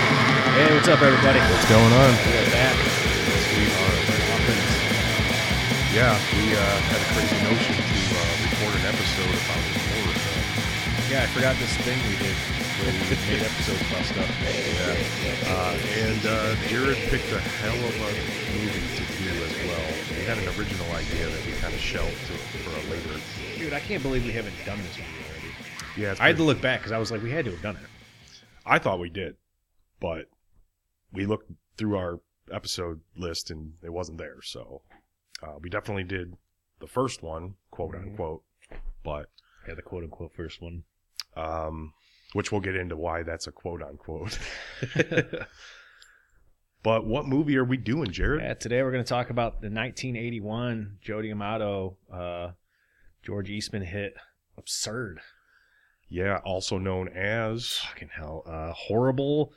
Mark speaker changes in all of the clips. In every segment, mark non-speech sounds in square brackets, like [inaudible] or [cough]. Speaker 1: Hey, what's up, everybody?
Speaker 2: What's going on?
Speaker 1: We're back.
Speaker 2: We are.
Speaker 1: Offense.
Speaker 2: Yeah, we uh, had a crazy notion to uh, record an episode about horror. film.
Speaker 1: Yeah, I forgot this thing we did where we made episodes about stuff.
Speaker 2: Yeah. Uh, and uh, Jared picked a hell of a movie to do as well. We had an original idea that we kind of shelved to, for a later.
Speaker 1: Dude, I can't believe we haven't done this movie already.
Speaker 2: Yeah, it's
Speaker 1: I had to
Speaker 2: pretty-
Speaker 1: look back because I was like, we had to have done it.
Speaker 2: I thought we did, but we looked through our episode list and it wasn't there. So uh, we definitely did the first one, quote
Speaker 1: Mhm.
Speaker 2: unquote, but
Speaker 1: Yeah, the quote unquote first one.
Speaker 2: um, which we'll get into why that's a quote unquote. but what movie are we doing, Jared?
Speaker 1: Yeah, today we're going to talk about the 1981 Jody Amato, uh, George Eastman hit. Absurd.
Speaker 2: Yeah, also known as
Speaker 1: Fucking hell. Uh, horrible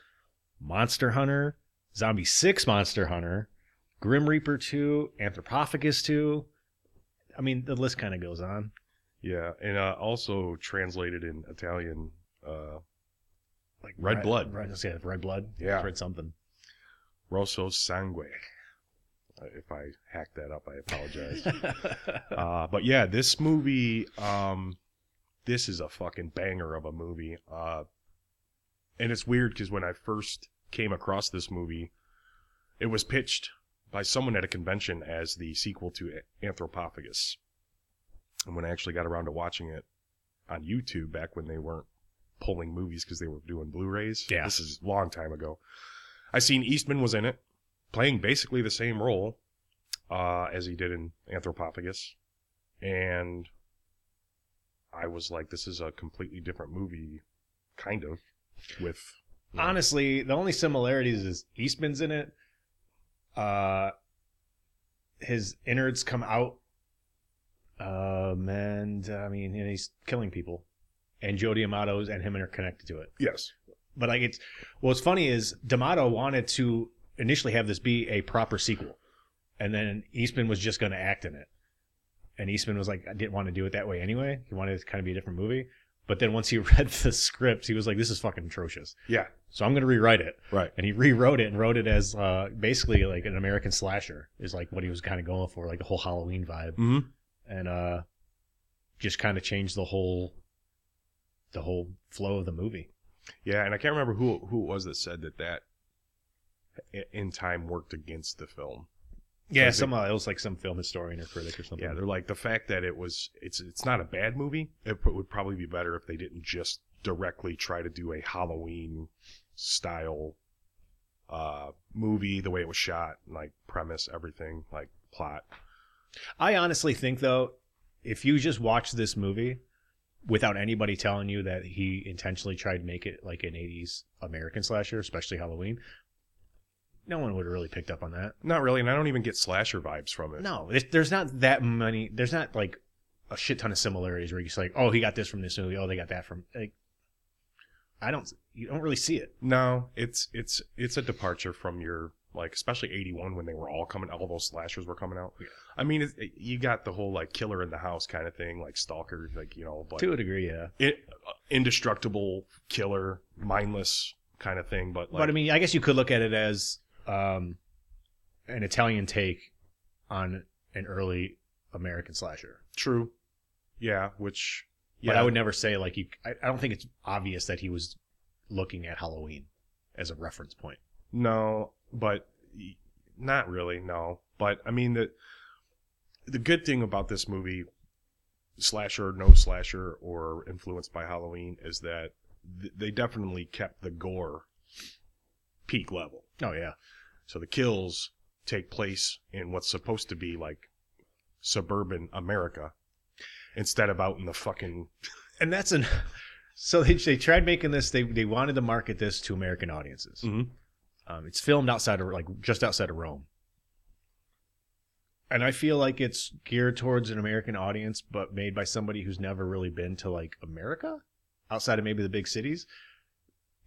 Speaker 1: Monster Hunter, Zombie 6 Monster Hunter, Grim Reaper 2, Anthropophagus 2. I mean, the list kind of goes on.
Speaker 2: yeah, and uh, also translated in Italian. Uh,
Speaker 1: Like
Speaker 2: Red Blood.
Speaker 1: Red, yeah, red blood.
Speaker 2: Yeah.
Speaker 1: It's Red something. [laughs]
Speaker 2: Rosso Sangue. Uh, If I hacked that up, I apologize.
Speaker 1: yeah,
Speaker 2: uh, but yeah, this movie, um, this is a fucking banger of a movie. Uh, and it's weird because when I first came across this movie, it was pitched by someone at a convention as the sequel to Anthropophagus. And when I actually got around to watching it on YouTube back when they weren't pulling movies because they were doing Blu-rays,
Speaker 1: Yeah.
Speaker 2: this is a long time ago. I seen Eastman was in it, playing basically the same role uh, as he did in Anthropophagus, and I was like, this is a completely different movie, kind of, with you know,
Speaker 1: Honestly, the only similarities is Eastman's in it. Uh, his innards come out. Um, and I mean, and he's killing people. And Jody Amato's and him are connected to it.
Speaker 2: yes,
Speaker 1: But like it's what's funny is D'Amato wanted to initially have this be a proper sequel, and then Eastman was just going to act in it. And Eastman was like, I didn't want to do it that way anyway. He wanted it to kind of be a different movie. But then once he [laughs] read the script, he was like, this is fucking atrocious.
Speaker 2: yeah,
Speaker 1: So I'm going to rewrite it.
Speaker 2: right,
Speaker 1: And he rewrote it and wrote it as uh, basically like an American slasher is like what he was kind of going for, like the whole Halloween vibe.
Speaker 2: mm-hmm.
Speaker 1: And uh, just kind of changed the whole the whole flow of the movie.
Speaker 2: yeah, and I can't remember who who it was that said that that i- in time worked against the film.
Speaker 1: Yeah,
Speaker 2: Like the-
Speaker 1: some uh, it was like some film historian or critic or something.
Speaker 2: Yeah, they're like the fact that it was it's it's not a bad movie. It p- would probably be better if they didn't just directly try to do a Halloween style uh movie the way it was shot, like premise, everything, like plot.
Speaker 1: I honestly think though, if you just watch this movie without anybody telling you that he intentionally tried to make it like an '80s American slasher, especially Halloween, no one would have really picked up on that.
Speaker 2: Not really, and I don't even get slasher vibes from it.
Speaker 1: No, there's- there's not that many. There's not like a shit ton of similarities where you're just like, oh, he got this from this movie. Oh, they got that from. Like, I don't. You don't really see it.
Speaker 2: No, it's it's it's a departure from your like especially 81 when they were all coming all those slashers were coming out.
Speaker 1: Yeah.
Speaker 2: I mean, it's, you got the whole like killer in the house kind of thing, like stalker, like you know, but
Speaker 1: To a degree, yeah.
Speaker 2: it, indestructible killer, mindless kind of thing. But like,
Speaker 1: but I mean, I guess you could look at it as um, an Italian take on an early American slasher.
Speaker 2: true. Yeah, which yeah,
Speaker 1: But I would never say like you. I, I don't think it's obvious that he was looking at Halloween as a reference point.
Speaker 2: no, but y- not really. No, but I mean the the good thing about this movie, slasher, no slasher, or influenced by Halloween, is that th- they definitely kept the gore peak level.
Speaker 1: Oh yeah,
Speaker 2: So the kills take place in what's supposed to be like suburban America instead of out in the fucking
Speaker 1: and that's an. [laughs] So they they tried making this. They they wanted to market this to American audiences. Um, it's filmed outside of like just outside of Rome. And I feel like it's geared towards an American audience, but made by somebody who's never really been to like America outside of maybe the big cities.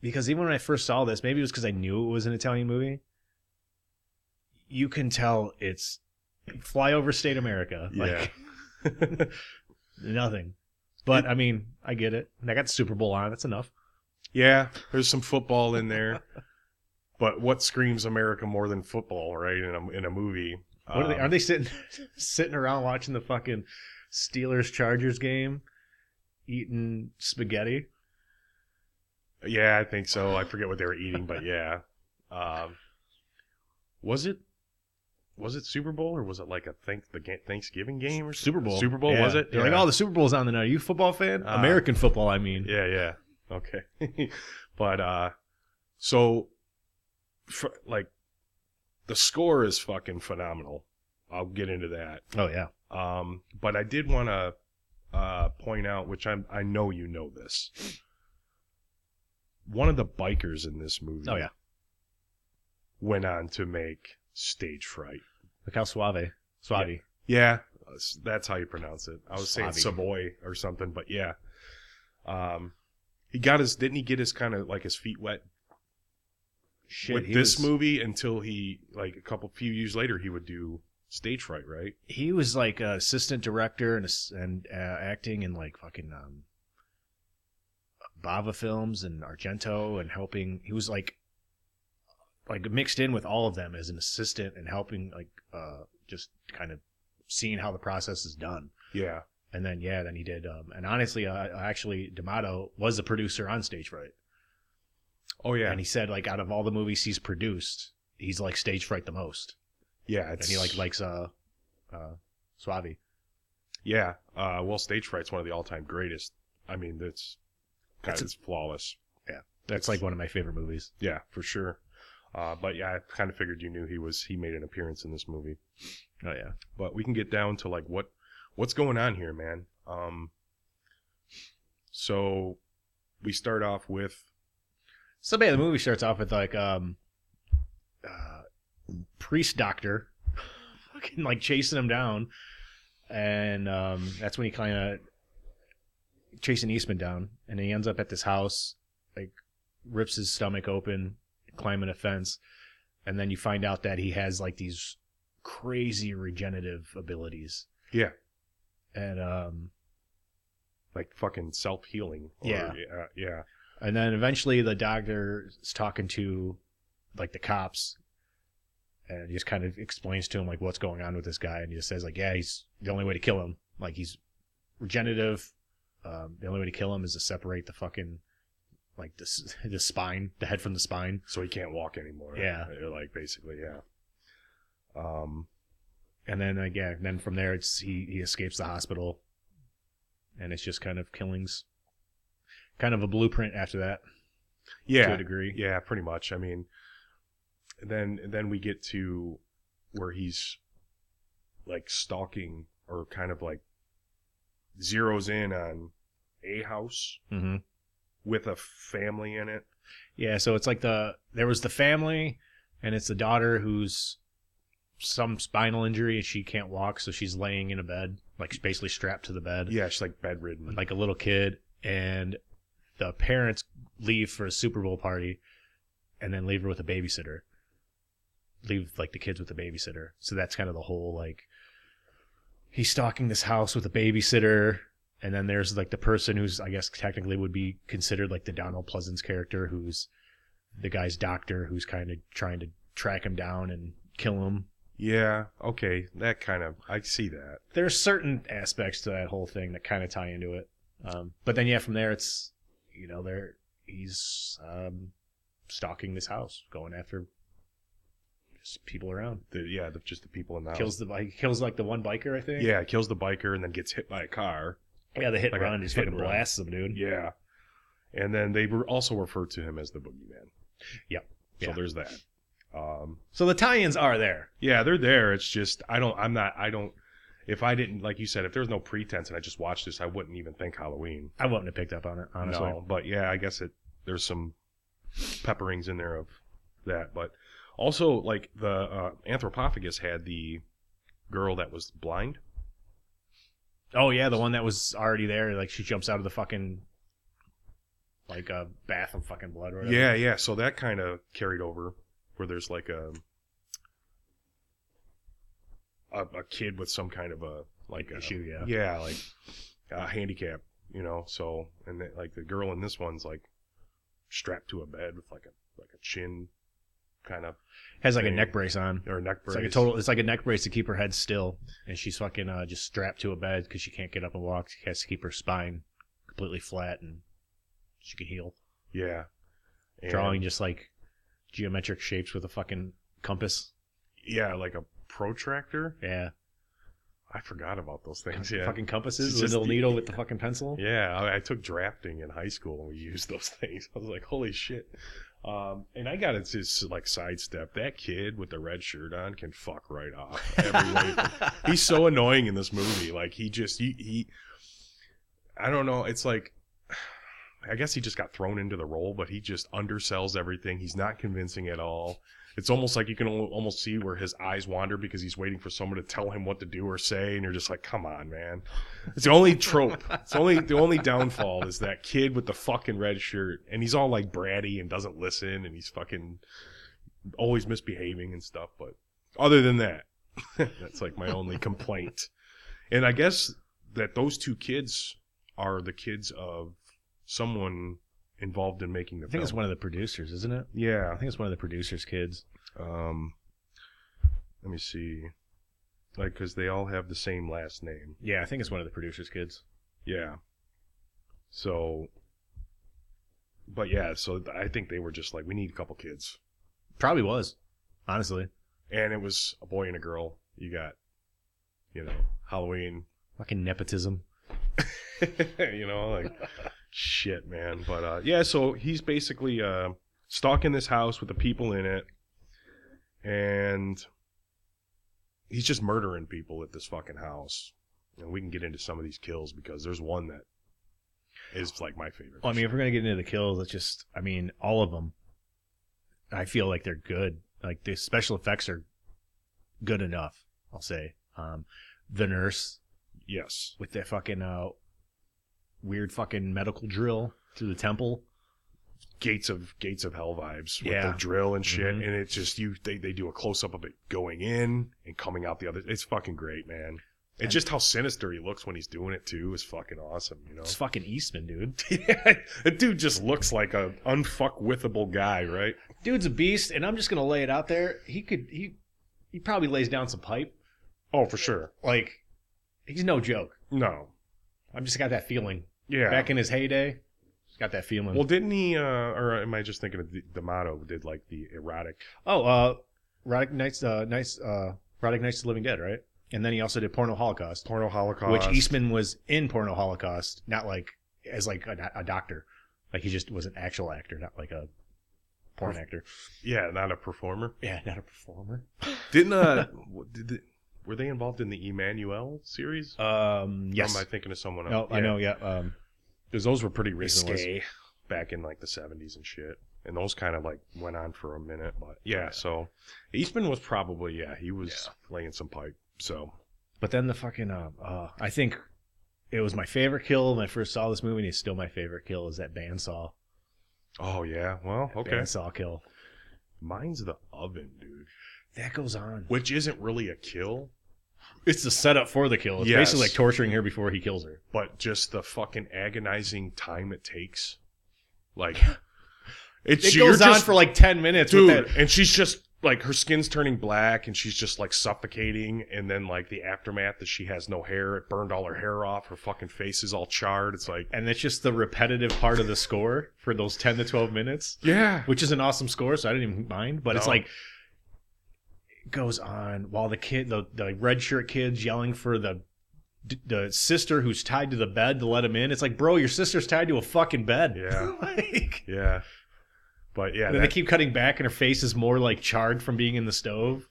Speaker 1: Because even when I first saw this, maybe it was because I knew it was an Italian movie. You can tell it's flyover state America. Like
Speaker 2: Yeah.
Speaker 1: [laughs] nothing. But I mean, I get it. And I got the Super Bowl on. That's enough.
Speaker 2: yeah, there's some football in there. But what screams America more than football, right? In a in a movie,
Speaker 1: What are they?
Speaker 2: Um,
Speaker 1: Are they sitting [laughs] sitting around watching the fucking Steelers Chargers game, eating spaghetti?
Speaker 2: Yeah, I think so. I forget what they were eating, but yeah. Um, was it was it Super Bowl or was it like a thank the ga- Thanksgiving game or
Speaker 1: Super Bowl.
Speaker 2: Super Bowl
Speaker 1: Yeah.
Speaker 2: was it?
Speaker 1: They're like,
Speaker 2: Yeah.
Speaker 1: oh, the Super Bowl's on the night. Are you a football fan?
Speaker 2: Ah.
Speaker 1: American football, I mean.
Speaker 2: Yeah, yeah. Okay. [laughs] but uh so fr like the score is fucking phenomenal. I'll get into that.
Speaker 1: Oh yeah.
Speaker 2: Um, but I did want to uh, point out, which I'm, I know you know this. One of the bikers in this movie
Speaker 1: Oh yeah.
Speaker 2: went on to make Stage Fright.
Speaker 1: Look how suave, suave.
Speaker 2: Yeah, that's- that's how you pronounce it. I was saying
Speaker 1: Slavy.
Speaker 2: Savoy or something, but yeah. Um, he got his didn't he get his kind of like his feet wet
Speaker 1: Shit.
Speaker 2: with
Speaker 1: he
Speaker 2: this
Speaker 1: was,
Speaker 2: movie until he like a couple few years later he would do Stage Fright, right?
Speaker 1: he was like an assistant director and ass- and uh, acting in like fucking um, Bava films and Argento and helping. He was like like mixed in with all of them as an assistant and helping like uh just kind of seeing how the process is done.
Speaker 2: Yeah.
Speaker 1: And then yeah, then he did. Um, and honestly, uh, actually, D'Amato was the producer on Stage Fright.
Speaker 2: Oh yeah.
Speaker 1: And he said like out of all the movies he's produced, he's like stage fright the most.
Speaker 2: yeah.
Speaker 1: And he like likes uh uh Suave.
Speaker 2: Yeah. Uh, well, Stage Fright's one of the all time greatest. I mean, that's God,
Speaker 1: It's
Speaker 2: it's,
Speaker 1: a-
Speaker 2: flawless.
Speaker 1: That's like one of my favorite movies.
Speaker 2: Yeah, for sure. Uh, but yeah, I kind of figured you knew he was. He made an appearance in this movie.
Speaker 1: Oh yeah.
Speaker 2: But we can get down to like what what's going on here, man. Um, so we start off with
Speaker 1: So yeah, the movie starts off with like um uh priest doctor [laughs] fucking like chasing him down. And um that's when he kinda chasing Eastman down and he ends up at this house, like rips his stomach open, climbing a fence, and then you find out that he has like these crazy regenerative abilities.
Speaker 2: Yeah.
Speaker 1: And um
Speaker 2: like fucking self healing.
Speaker 1: Yeah.
Speaker 2: yeah, yeah,
Speaker 1: And then eventually the doctor is talking to like the cops and he just kind of explains to him like what's going on with this guy and he just says like yeah he's the only way to kill him like he's regenerative um, the only way to kill him is to separate the fucking like the s- [laughs] the spine the head from the spine
Speaker 2: So he can't walk anymore. Uh,
Speaker 1: Yeah.
Speaker 2: like basically, yeah. Um,
Speaker 1: and then like, yeah and then from there it's he he escapes the hospital and it's just kind of killings kind of a blueprint after that to
Speaker 2: yeah,
Speaker 1: a degree
Speaker 2: Yeah, pretty much. I mean, then then we get to where he's like stalking or kind of like zeroes in on a house
Speaker 1: mm-hmm.
Speaker 2: with a family in it.
Speaker 1: Yeah, so it's like the there was the family, and it's the daughter who's some spinal injury and she can't walk, so she's laying in a bed, like basically strapped to the bed,
Speaker 2: Yeah, she's like bedridden.
Speaker 1: like a little kid. And the parents leave for a Super Bowl party, and then leave her with a babysitter. Leave like the kids with a babysitter. So that's kind of the whole like he's stalking this house with a babysitter. And then there's like the person who's, I guess, technically would be considered like the Donald Pleasance character, who's the guy's doctor who's kind of trying to track him down and kill him.
Speaker 2: yeah, okay, that kind of I see that.
Speaker 1: There are certain aspects to that whole thing that kind of tie into it. Um, but then, yeah, from there, it's, you know, there he's um, stalking this house, going after just people around.
Speaker 2: The, yeah, the, just the people in the
Speaker 1: Kills the bike, kills like the one biker, I think.
Speaker 2: house. Yeah, kills the biker and then gets hit by a car.
Speaker 1: yeah, the hit
Speaker 2: Like
Speaker 1: and
Speaker 2: a
Speaker 1: run, just
Speaker 2: hit
Speaker 1: fucking
Speaker 2: and run.
Speaker 1: blasts him, dude.
Speaker 2: Yeah, and then they were also referred to him as the boogeyman.
Speaker 1: Yep.
Speaker 2: So
Speaker 1: Yeah.
Speaker 2: there's that. Um,
Speaker 1: So the tie-ins are there.
Speaker 2: Yeah, they're there. It's just I don't. I'm not. I don't. If I didn't, like you said, if there was no pretense and I just watched this, I wouldn't even think Halloween.
Speaker 1: I wouldn't have picked up on it, honestly.
Speaker 2: No, but yeah, I guess it. There's some pepperings in there of that, but also like the uh, Anthropophagus had the girl that was blind.
Speaker 1: Oh yeah, the one that was already there. Like she jumps out of the fucking like a bath of fucking blood. Or whatever.
Speaker 2: Yeah, yeah. So that kind of carried over where there's like a, a a kid with some kind of a like a,
Speaker 1: issue. Yeah.
Speaker 2: yeah, like uh, handicap, you know. So and that, like the girl in this one's like strapped to a bed with like a like a chin kind of
Speaker 1: Has like a
Speaker 2: Thing.
Speaker 1: neck brace on.
Speaker 2: or neck brace.
Speaker 1: It's like a total. It's like a neck brace to keep her head still, and she's fucking uh, just strapped to a bed because she can't get up and walk. She has to keep her spine completely flat, and she can heal.
Speaker 2: yeah. And-
Speaker 1: Drawing just like geometric shapes with a fucking compass.
Speaker 2: yeah, like a protractor.
Speaker 1: Yeah,
Speaker 2: I forgot about those things. [laughs] Yeah,
Speaker 1: fucking compasses.
Speaker 2: It's
Speaker 1: The
Speaker 2: just
Speaker 1: little
Speaker 2: the-
Speaker 1: needle with the fucking pencil. [laughs]
Speaker 2: Yeah, I, I took drafting in high school and we used those [laughs] things. I was like, holy shit. Um, and I got to just like sidestep that kid with the red shirt on can fuck right off. Every way. He's so annoying in this movie. Like he just he, he I don't know. It's like I guess he just got thrown into the role, but he just undersells everything. He's not convincing at all. It's almost like you can al- almost see where his eyes wander because he's waiting for someone to tell him what to do or say, and you're just like, "Come on, man!" It's the only trope. It's only the only downfall is that kid with the fucking red shirt, and he's all like bratty and doesn't listen, and he's fucking always misbehaving and stuff. But other than that, [laughs] that's like my only complaint. And I guess that those two kids are the kids of someone involved in making the
Speaker 1: I think it's
Speaker 2: film.
Speaker 1: one of the producers, isn't it? I
Speaker 2: yeah.
Speaker 1: think it's one of the producers' kids.
Speaker 2: Um, let me see. Like, because they all have the same last name.
Speaker 1: Yeah, I think it's one of the producers' kids.
Speaker 2: Yeah. So, but yeah, so th- I think they were just like, we need a couple kids.
Speaker 1: Probably was, honestly.
Speaker 2: And it was a boy and a girl. You got, you know, Halloween,
Speaker 1: Fucking nepotism.
Speaker 2: [laughs] you know, like shit, man. But uh, yeah, so he's basically uh, stalking this house with the people in it, and he's just murdering people at this fucking house. And we can get into some of these kills because there's one that is like my favorite.
Speaker 1: Well, I mean, if we're gonna get into the kills, let's just. I mean, all of them. I feel like they're good. Like the special effects are good enough. I'll say. Um, the nurse
Speaker 2: yes,
Speaker 1: with that fucking uh, weird fucking medical drill through the temple.
Speaker 2: gates of gates of hell vibes with
Speaker 1: Yeah.
Speaker 2: the drill and shit,
Speaker 1: Mhm.
Speaker 2: and it's just you. They they do a close up of it going in and coming out the other. It's fucking great, man. And
Speaker 1: And-
Speaker 2: just how sinister he looks when he's doing it too is fucking awesome, you know.
Speaker 1: It's fucking Eastman, dude. [laughs]
Speaker 2: yeah, [laughs] the dude just looks like a unfuckwithable guy, right?
Speaker 1: Dude's a beast, and I'm just gonna lay it out there. He could. He he probably lays down some pipe.
Speaker 2: Oh, for sure.
Speaker 1: Like he's no joke.
Speaker 2: No.
Speaker 1: I'm just got that feeling.
Speaker 2: Yeah.
Speaker 1: Back in his heyday, he's got that feeling.
Speaker 2: well, didn't he? Uh, or am I just thinking of the D'Amato? Did like the erotic?
Speaker 1: Oh, uh, Roddick Knights, uh, Knights, uh, Roddick Knights of the Living Dead, right? And then he also did Porno Holocaust,
Speaker 2: Porno Holocaust.
Speaker 1: which Eastman was in Porno Holocaust, not like as like a, a doctor, like he just was an actual actor, not like a porn actor.
Speaker 2: Yeah, not a performer.
Speaker 1: Yeah, not a performer. [laughs]
Speaker 2: Didn't uh, w- did the, were they involved in the Emmanuel series?
Speaker 1: Um, yes.
Speaker 2: Or am I thinking of someone
Speaker 1: no,
Speaker 2: else?
Speaker 1: I know. Yeah. Um,
Speaker 2: because those were pretty
Speaker 1: Jason
Speaker 2: risque back in like the seventies and shit. And those kind of like went on for a minute, but yeah. So Eastman was probably yeah he was laying some pipe. So
Speaker 1: but then the fucking, uh, uh, I think it was my favorite kill when I first saw this movie, and it's still my favorite kill is that bandsaw,
Speaker 2: oh yeah, well okay.
Speaker 1: bandsaw kill.
Speaker 2: Mine's the oven, dude.
Speaker 1: That goes on.
Speaker 2: Which isn't really a kill,
Speaker 1: It's the setup for the kill. It's
Speaker 2: Yes.
Speaker 1: basically like torturing her before he kills her.
Speaker 2: but just the fucking agonizing time it takes.
Speaker 1: [laughs]
Speaker 2: Like, it's
Speaker 1: It
Speaker 2: you're
Speaker 1: goes on
Speaker 2: just-
Speaker 1: for like ten minutes,
Speaker 2: dude,
Speaker 1: With that.
Speaker 2: and she's just like her skin's turning black, and she's just like suffocating, and then like the aftermath that she has no hair, it burned all her hair off, her fucking face is all charred. It's like,
Speaker 1: And that's just the repetitive part of the score for those ten to twelve minutes,
Speaker 2: yeah,
Speaker 1: which is an awesome score. So I didn't even mind, but it's
Speaker 2: No.
Speaker 1: like it goes on while the kid, the the red shirt kid's yelling for the the sister who's tied to the bed to let him in. It's like, bro, your sister's tied to a fucking bed. [laughs]
Speaker 2: Yeah.
Speaker 1: like,
Speaker 2: yeah, but yeah,
Speaker 1: and then they
Speaker 2: that,
Speaker 1: keep cutting back, and her face is more like charred from being in the stove.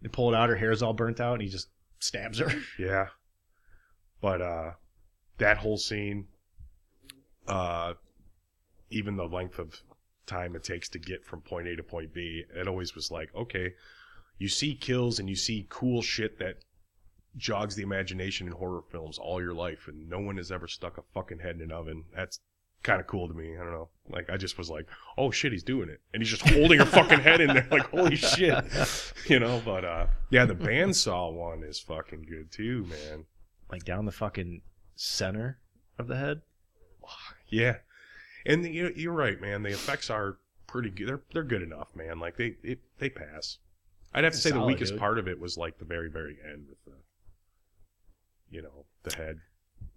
Speaker 1: They pull it out, her hair's all burnt out, and he just stabs her.
Speaker 2: yeah, but uh, that whole scene, uh, even the length of time it takes to get from point A to point B, it always was like, okay, you see kills and you see cool shit that jogs the imagination in horror films all your life, and no one has ever stuck a fucking head in an oven. That's kind of cool to me. I don't know. Like, I just was like, oh shit, he's doing it. And he's just holding her fucking head in there,
Speaker 1: [laughs]
Speaker 2: like, holy shit. You know, but uh yeah, the bandsaw one is fucking good too, man.
Speaker 1: like down the fucking center of the head.
Speaker 2: Yeah, and the, you- you're right, man. The effects are pretty good. They're they're good enough, man. Like they it, they pass. I'd have to say the
Speaker 1: Solid,
Speaker 2: weakest
Speaker 1: dude.
Speaker 2: part of it was like the very very end with the, you know, the head.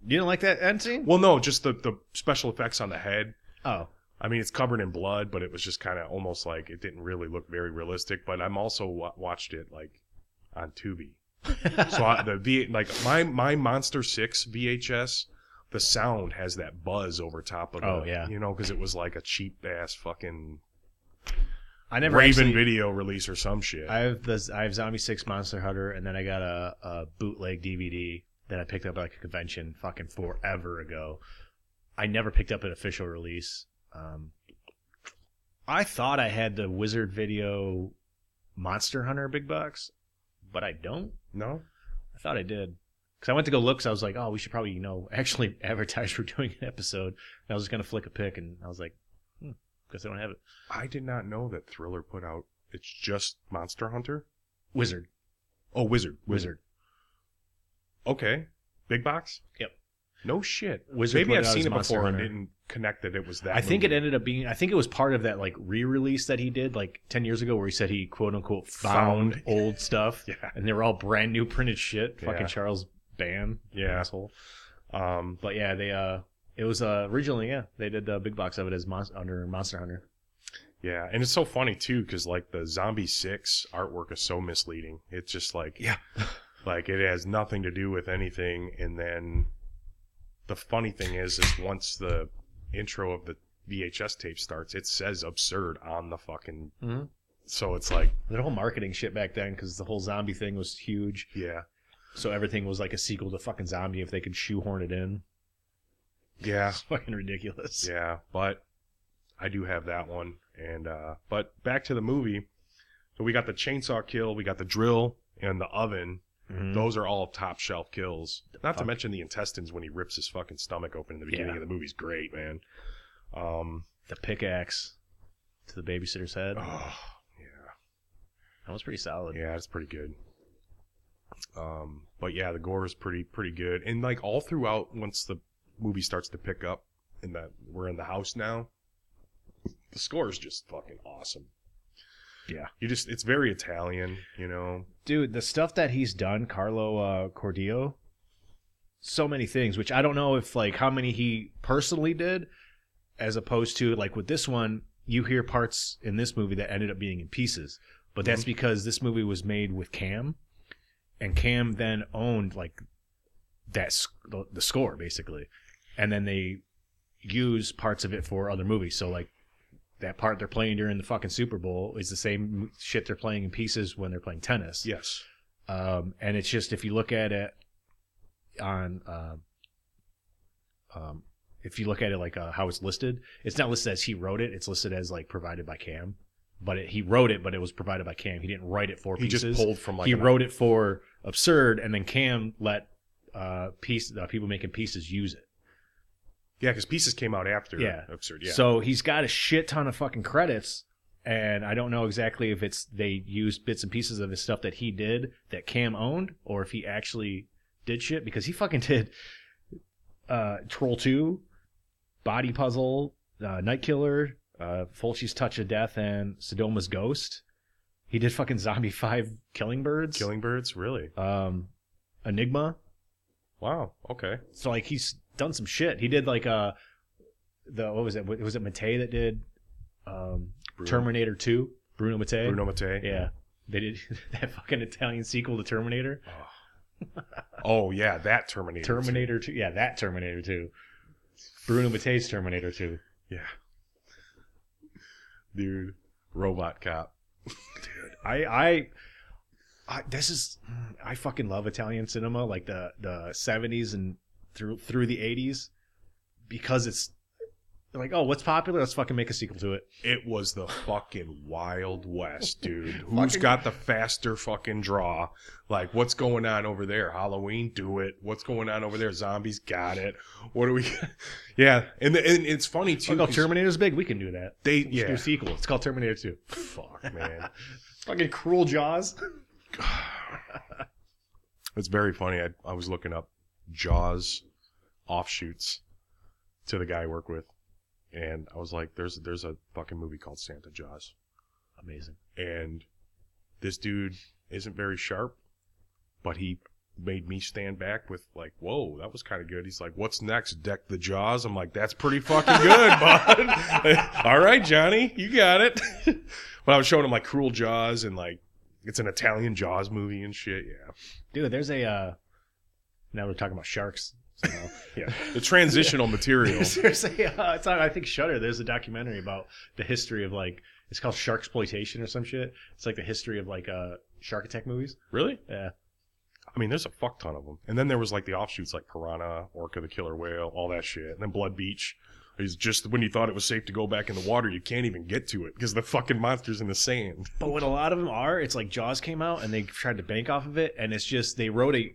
Speaker 1: You didn't like that end scene?
Speaker 2: Well, no, just the the special effects on the head.
Speaker 1: [laughs] Oh,
Speaker 2: I mean, it's covered in blood, but it was just kind of almost like it didn't really look very realistic. But I'm also wa- watched it like on Tubi, so I, the V like my my Monster Six VHS, the sound has that buzz over top of it.
Speaker 1: Oh, yeah.
Speaker 2: you know, because it was like a cheap ass fucking
Speaker 1: I never
Speaker 2: Raven
Speaker 1: actually-
Speaker 2: video release or some shit.
Speaker 1: I have the I have Zombie Six Monster Hunter, and then I got a, a bootleg DVD that I picked up at like a convention fucking forever ago. I never picked up an official release. Um, I thought I had the Wizard Video Monster Hunter big box, but I don't.
Speaker 2: no,
Speaker 1: I thought I did because I went to go look. So I was like, oh, we should probably you know [laughs] actually advertise we're [laughs] doing an episode. And I was just gonna flick a pic, and I was like, hmm, guess I don't have it.
Speaker 2: I did not know that Thriller put out. It's just Monster Hunter.
Speaker 1: Wizard,
Speaker 2: Oh, Wizard,
Speaker 1: Wizard,
Speaker 2: Okay, big box.
Speaker 1: Yep.
Speaker 2: No shit.
Speaker 1: Wizard.
Speaker 2: Maybe
Speaker 1: put
Speaker 2: I've
Speaker 1: out as
Speaker 2: seen it
Speaker 1: Monster
Speaker 2: before and
Speaker 1: Hunter.
Speaker 2: didn't connect that it was that.
Speaker 1: I think it
Speaker 2: movie.
Speaker 1: ended up being. I think it was part of that like re-release that he did like ten years ago, where he said he quote unquote found, [laughs]
Speaker 2: Found.
Speaker 1: old stuff,
Speaker 2: Yeah.
Speaker 1: and they were all brand new printed shit. Fucking
Speaker 2: Yeah.
Speaker 1: Charles Band,
Speaker 2: Yeah.
Speaker 1: asshole.
Speaker 2: Um,
Speaker 1: But yeah, they uh, it was uh originally yeah they did the big box of it as mon- under Monster Hunter.
Speaker 2: yeah, and it's so funny too because like the Zombie Six artwork is so misleading. It's just like
Speaker 1: Yeah.
Speaker 2: [laughs] like it has nothing to do with anything. And then the funny thing is, is once the intro of the VHS tape starts, it says absurd on the fucking.
Speaker 1: Mhm.
Speaker 2: So it's like,
Speaker 1: Their whole marketing shit back then because the whole zombie thing was huge,
Speaker 2: yeah,
Speaker 1: so everything was like a sequel to fucking zombie if they could shoehorn it in.
Speaker 2: yeah,
Speaker 1: It's fucking ridiculous.
Speaker 2: Yeah, but I do have that one. And uh but back to the movie. So we got the chainsaw kill, we got the drill and the oven.
Speaker 1: Mhm.
Speaker 2: Those are all top shelf kills. Not to
Speaker 1: fuck?
Speaker 2: mention the intestines when he rips his fucking stomach open in the beginning
Speaker 1: Yeah.
Speaker 2: of the movie's great, man. Um
Speaker 1: The pickaxe to the babysitter's head.
Speaker 2: oh, yeah.
Speaker 1: That was pretty solid.
Speaker 2: Yeah, it's pretty good. Um but yeah, the gore is pretty pretty good. And like all throughout once the movie starts to pick up and that we're in the house now, the score is just fucking awesome.
Speaker 1: yeah.
Speaker 2: you just it's very Italian, you know.
Speaker 1: dude, the stuff that he's done, Carlo uh, Cordillo, so many things, which I don't know if like how many he personally did, as opposed to like with this one, you hear parts in this movie that ended up being in pieces, but that's because this movie was made with Cam, and Cam then owned like that sc- the, the score basically, and then they use parts of it for other movies. So like that part they're playing during the fucking Super Bowl is the same shit they're playing in pieces when they're playing tennis.
Speaker 2: Yes.
Speaker 1: Um, and it's just if you look at it on, um, um, if you look at it like uh, how it's listed, it's not listed as he wrote it. It's listed as like provided by Cam, but it, he wrote it, but it was provided by Cam. He didn't write it for
Speaker 2: He
Speaker 1: pieces.
Speaker 2: just pulled from like
Speaker 1: he
Speaker 2: an-
Speaker 1: wrote it for absurd, and then Cam let uh, piece uh, people making pieces use it.
Speaker 2: Yeah, because pieces came out after
Speaker 1: Yeah.
Speaker 2: absurd. Yeah.
Speaker 1: So he's got a shit ton of fucking credits, and I don't know exactly if it's they used bits and pieces of his stuff that he did that Cam owned, or if he actually did shit because he fucking [laughs] did uh, Troll Two, Body Puzzle, uh, Night Killer, uh, Fulci's Touch of Death, and Sodoma's Ghost. He did fucking Zombie [laughs] Five, Killing Birds,
Speaker 2: Killing birds, really?
Speaker 1: um, Enigma
Speaker 2: Wow. Okay.
Speaker 1: so like he's done some shit. He did like uh the what was it? Was it Matei that did um
Speaker 2: Bruno,
Speaker 1: Terminator Two? Bruno Matei.
Speaker 2: Bruno Mattei.
Speaker 1: Yeah, they did [laughs] that fucking Italian sequel to Terminator. [laughs]
Speaker 2: Oh yeah, that Terminator.
Speaker 1: Terminator Two. Yeah, that Terminator Two. Bruno Matei's Terminator Two.
Speaker 2: Yeah. Dude, Robot Cop.
Speaker 1: I I. I, this is I fucking love Italian cinema like the the 70s and through through the 80s because it's like oh what's popular let's fucking make a sequel to it
Speaker 2: It was the fucking Wild
Speaker 1: [laughs]
Speaker 2: West, dude. Who's
Speaker 1: Fucking-
Speaker 2: got the faster fucking draw? Like, what's going on over there? Halloween, do it. What's going on over there? Zombies, got it. What do we? [laughs] yeah, and, the, and it's funny too.
Speaker 1: Fuck, oh,
Speaker 2: 'cause
Speaker 1: Terminator's big we can do that
Speaker 2: They
Speaker 1: Let's do
Speaker 2: yeah.
Speaker 1: a sequel. It's called Terminator 2. [laughs]
Speaker 2: Fuck man.
Speaker 1: Fucking cruel Jaws.
Speaker 2: It's very funny. I, I was looking up Jaws offshoots to the guy I work with. and I was like, "There's there's a fucking movie called Santa Jaws,"
Speaker 1: Amazing.
Speaker 2: and this dude isn't very sharp, but he made me stand back with like, "Whoa, that was kind of good." He's like, "What's next? Deck the Jaws." I'm like, "That's pretty fucking good, bud." [laughs] All right, Johnny, you got it. [laughs] but I was showing him like Cruel Jaws and like it's an Italian Jaws movie and shit. Yeah.
Speaker 1: Dude, there's a. Uh, now we're talking about sharks. [laughs] somehow.
Speaker 2: Yeah,
Speaker 1: [laughs]
Speaker 2: the transitional material.
Speaker 1: there's a. Uh, it's on, I think, Shutter. There's a documentary about the history of like. It's called Shark Exploitation or some shit. It's like the history of like uh, shark attack movies.
Speaker 2: Really?
Speaker 1: Yeah.
Speaker 2: I mean, there's a fuck ton of them. And then there was like the offshoots like Piranha, Orca the Killer Whale, all that shit. And then Blood Beach is just when you thought it was safe to go back in the water, you can't even get to it because the fucking monster's in the sand.
Speaker 1: But what a lot of them are, it's like Jaws came out and they tried to bank off of it, and it's just they wrote a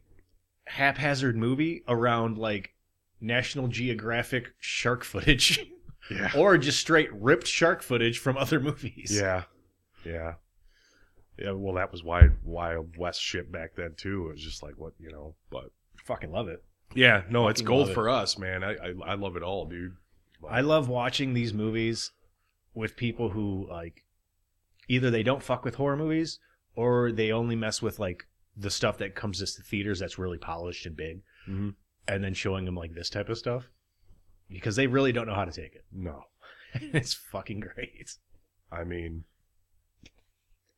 Speaker 1: haphazard movie around like National Geographic shark footage, [laughs]
Speaker 2: Yeah.
Speaker 1: or just straight ripped shark footage from other [laughs] movies.
Speaker 2: [laughs] Yeah. Yeah. Yeah, well, that was why Wild West shit back then too. It was just like what you know, but
Speaker 1: fucking love it.
Speaker 2: yeah, no, it's
Speaker 1: Fucking
Speaker 2: gold
Speaker 1: love it.
Speaker 2: for us, man. I, I I love it all, dude.
Speaker 1: I love watching these movies with people who like either they don't fuck with horror movies or they only mess with like the stuff that comes to theaters that's really polished and big,
Speaker 2: Mhm.
Speaker 1: and then showing them like this type of stuff because they really don't know how to take it. [laughs]
Speaker 2: No,
Speaker 1: it's fucking great.
Speaker 2: I mean,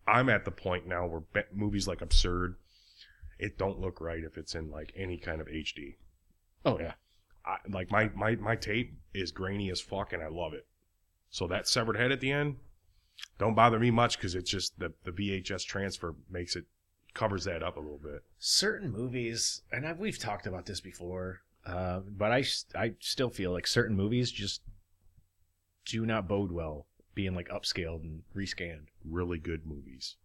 Speaker 2: I'm at the point now where be- movies like Absurd, it don't look right if it's in like any kind of HD.
Speaker 1: Oh yeah.
Speaker 2: I, like my, my my tape is grainy as fuck, and I love it. So that severed head at the end don't bother me much because it's just the the VHS transfer makes it covers that up a little bit.
Speaker 1: Certain movies, and I, we've talked about this before, uh, but I s- I still feel like certain movies just do not bode well being like upscaled and rescanned.
Speaker 2: Really good movies,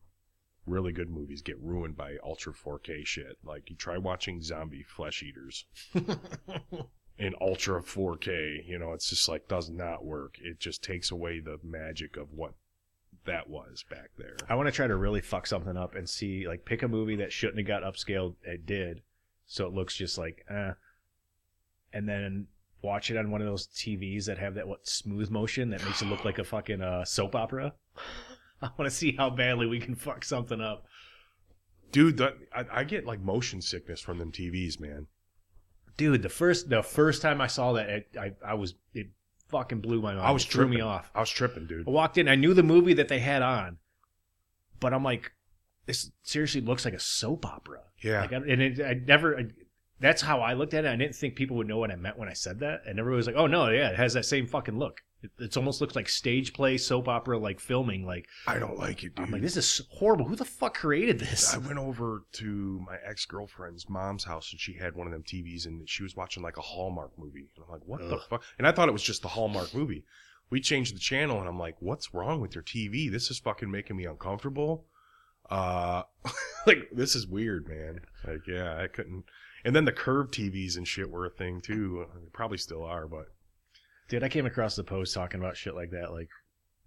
Speaker 2: really good movies get ruined by ultra 4K shit. Like you try watching Zombie Flesh Eaters. in ultra 4K. You know, it's just like does not work. It just takes away the magic of what that was back there.
Speaker 1: I want to try to really fuck something up and see like pick a movie that shouldn't have got upscaled. It did, so it looks just like eh. And then watch it on one of those TVs that have that what smooth motion that makes it look like a fucking uh, soap opera. [laughs] I want to see how badly we can fuck something up.
Speaker 2: Dude, that, I, I get like motion sickness from them TVs, man.
Speaker 1: dude the first the first time i saw that it, i i was it fucking blew my mind
Speaker 2: I was
Speaker 1: It threw me
Speaker 2: tripping.
Speaker 1: off
Speaker 2: I was tripping,
Speaker 1: i
Speaker 2: dude.
Speaker 1: walked in i knew the movie that they had on but i'm like this seriously looks like a soap opera
Speaker 2: Yeah.
Speaker 1: like I, and it, i never I, that's how i looked at it i didn't think people would know what i meant when i said that and everybody was like oh no yeah it has that same fucking look it it's almost looks like stage play soap opera like filming like
Speaker 2: I don't like it, dude.
Speaker 1: i'm like this is horrible who the fuck created this
Speaker 2: Mm. I went over to my ex girlfriend's mom's house and she had one of them TVs and she was watching like a Hallmark movie. And I'm like, what the
Speaker 1: Ugh.
Speaker 2: fuck? And I thought it was just the Hallmark movie. We changed the channel and I'm like, what's wrong with your TV? This is fucking making me uncomfortable. Uh, [laughs] like this is weird, man. Like, yeah, I couldn't. And then the curved TVs and shit were a thing too. They probably still are, but
Speaker 1: Dude, I came across the post talking about shit like that, like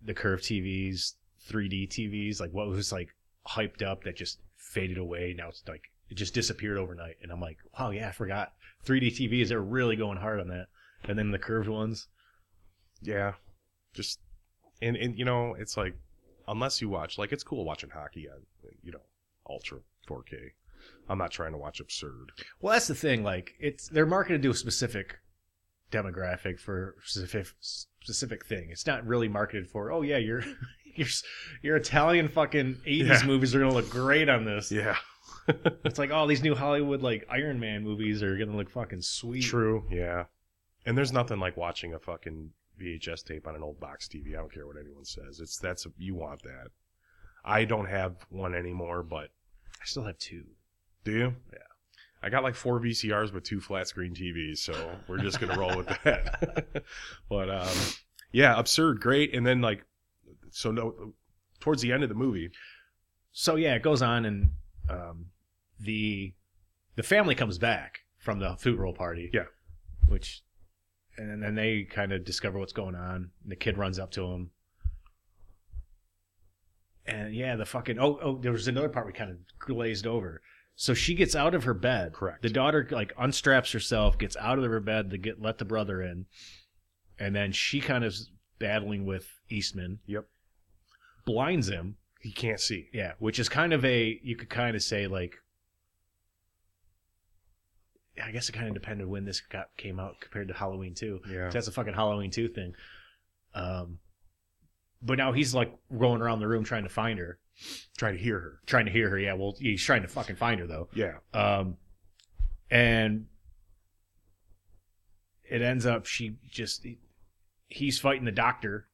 Speaker 1: the curved TVs, 3D TVs, like what was like hyped up that just faded away. Now it's like it just disappeared overnight, and I'm like, wow, yeah, I forgot 3D TVs. They're really going hard on that. And then the curved ones.
Speaker 2: yeah, just and and you know, it's like unless you watch like it's cool watching hockey on you know ultra 4K. I'm not trying to watch absurd.
Speaker 1: Well, that's the thing. Like it's they're marketed to a specific demographic for specific specific thing. It's not really marketed for. Oh yeah, [laughs] your your your Italian fucking 80s
Speaker 2: Yeah.
Speaker 1: movies are gonna look great on this.
Speaker 2: Yeah,
Speaker 1: It's like all these new Hollywood like Iron Man movies are gonna look fucking sweet.
Speaker 2: true. Yeah, and there's nothing like watching a fucking VHS tape on an old box TV. I don't care what anyone says. It's that's you want that. I don't have one anymore, but
Speaker 1: I still have two.
Speaker 2: do you? Yeah, I got like four VCRs with two flat screen TVs, so we're just gonna roll [laughs] with that. but um, yeah, absurd, great, and then like, so no, towards the end of the movie,
Speaker 1: So yeah, it goes on and um, the the family comes back from the funeral party.
Speaker 2: Yeah.
Speaker 1: Which and then- then they kind of discover what's going on. The kid runs up to him. And yeah, the fucking oh oh there was another part we kind of glazed over. So she gets out of her bed.
Speaker 2: Correct.
Speaker 1: The daughter like unstraps herself, gets out of her bed to get let the brother in. and then she kind of is battling with Eastman.
Speaker 2: Yep.
Speaker 1: Blinds him.
Speaker 2: He can't see.
Speaker 1: Yeah, which is kind of a you could kind of say like I guess it kind of depended when this got came out compared to Halloween 2.
Speaker 2: Yeah.
Speaker 1: That's a fucking Halloween 2 thing. Um but now he's like rolling around the room trying to find her,
Speaker 2: Trying to hear her.
Speaker 1: trying to hear her. Yeah, well, he's trying to fucking find her though.
Speaker 2: Yeah.
Speaker 1: Um and it ends up she just he's fighting the doctor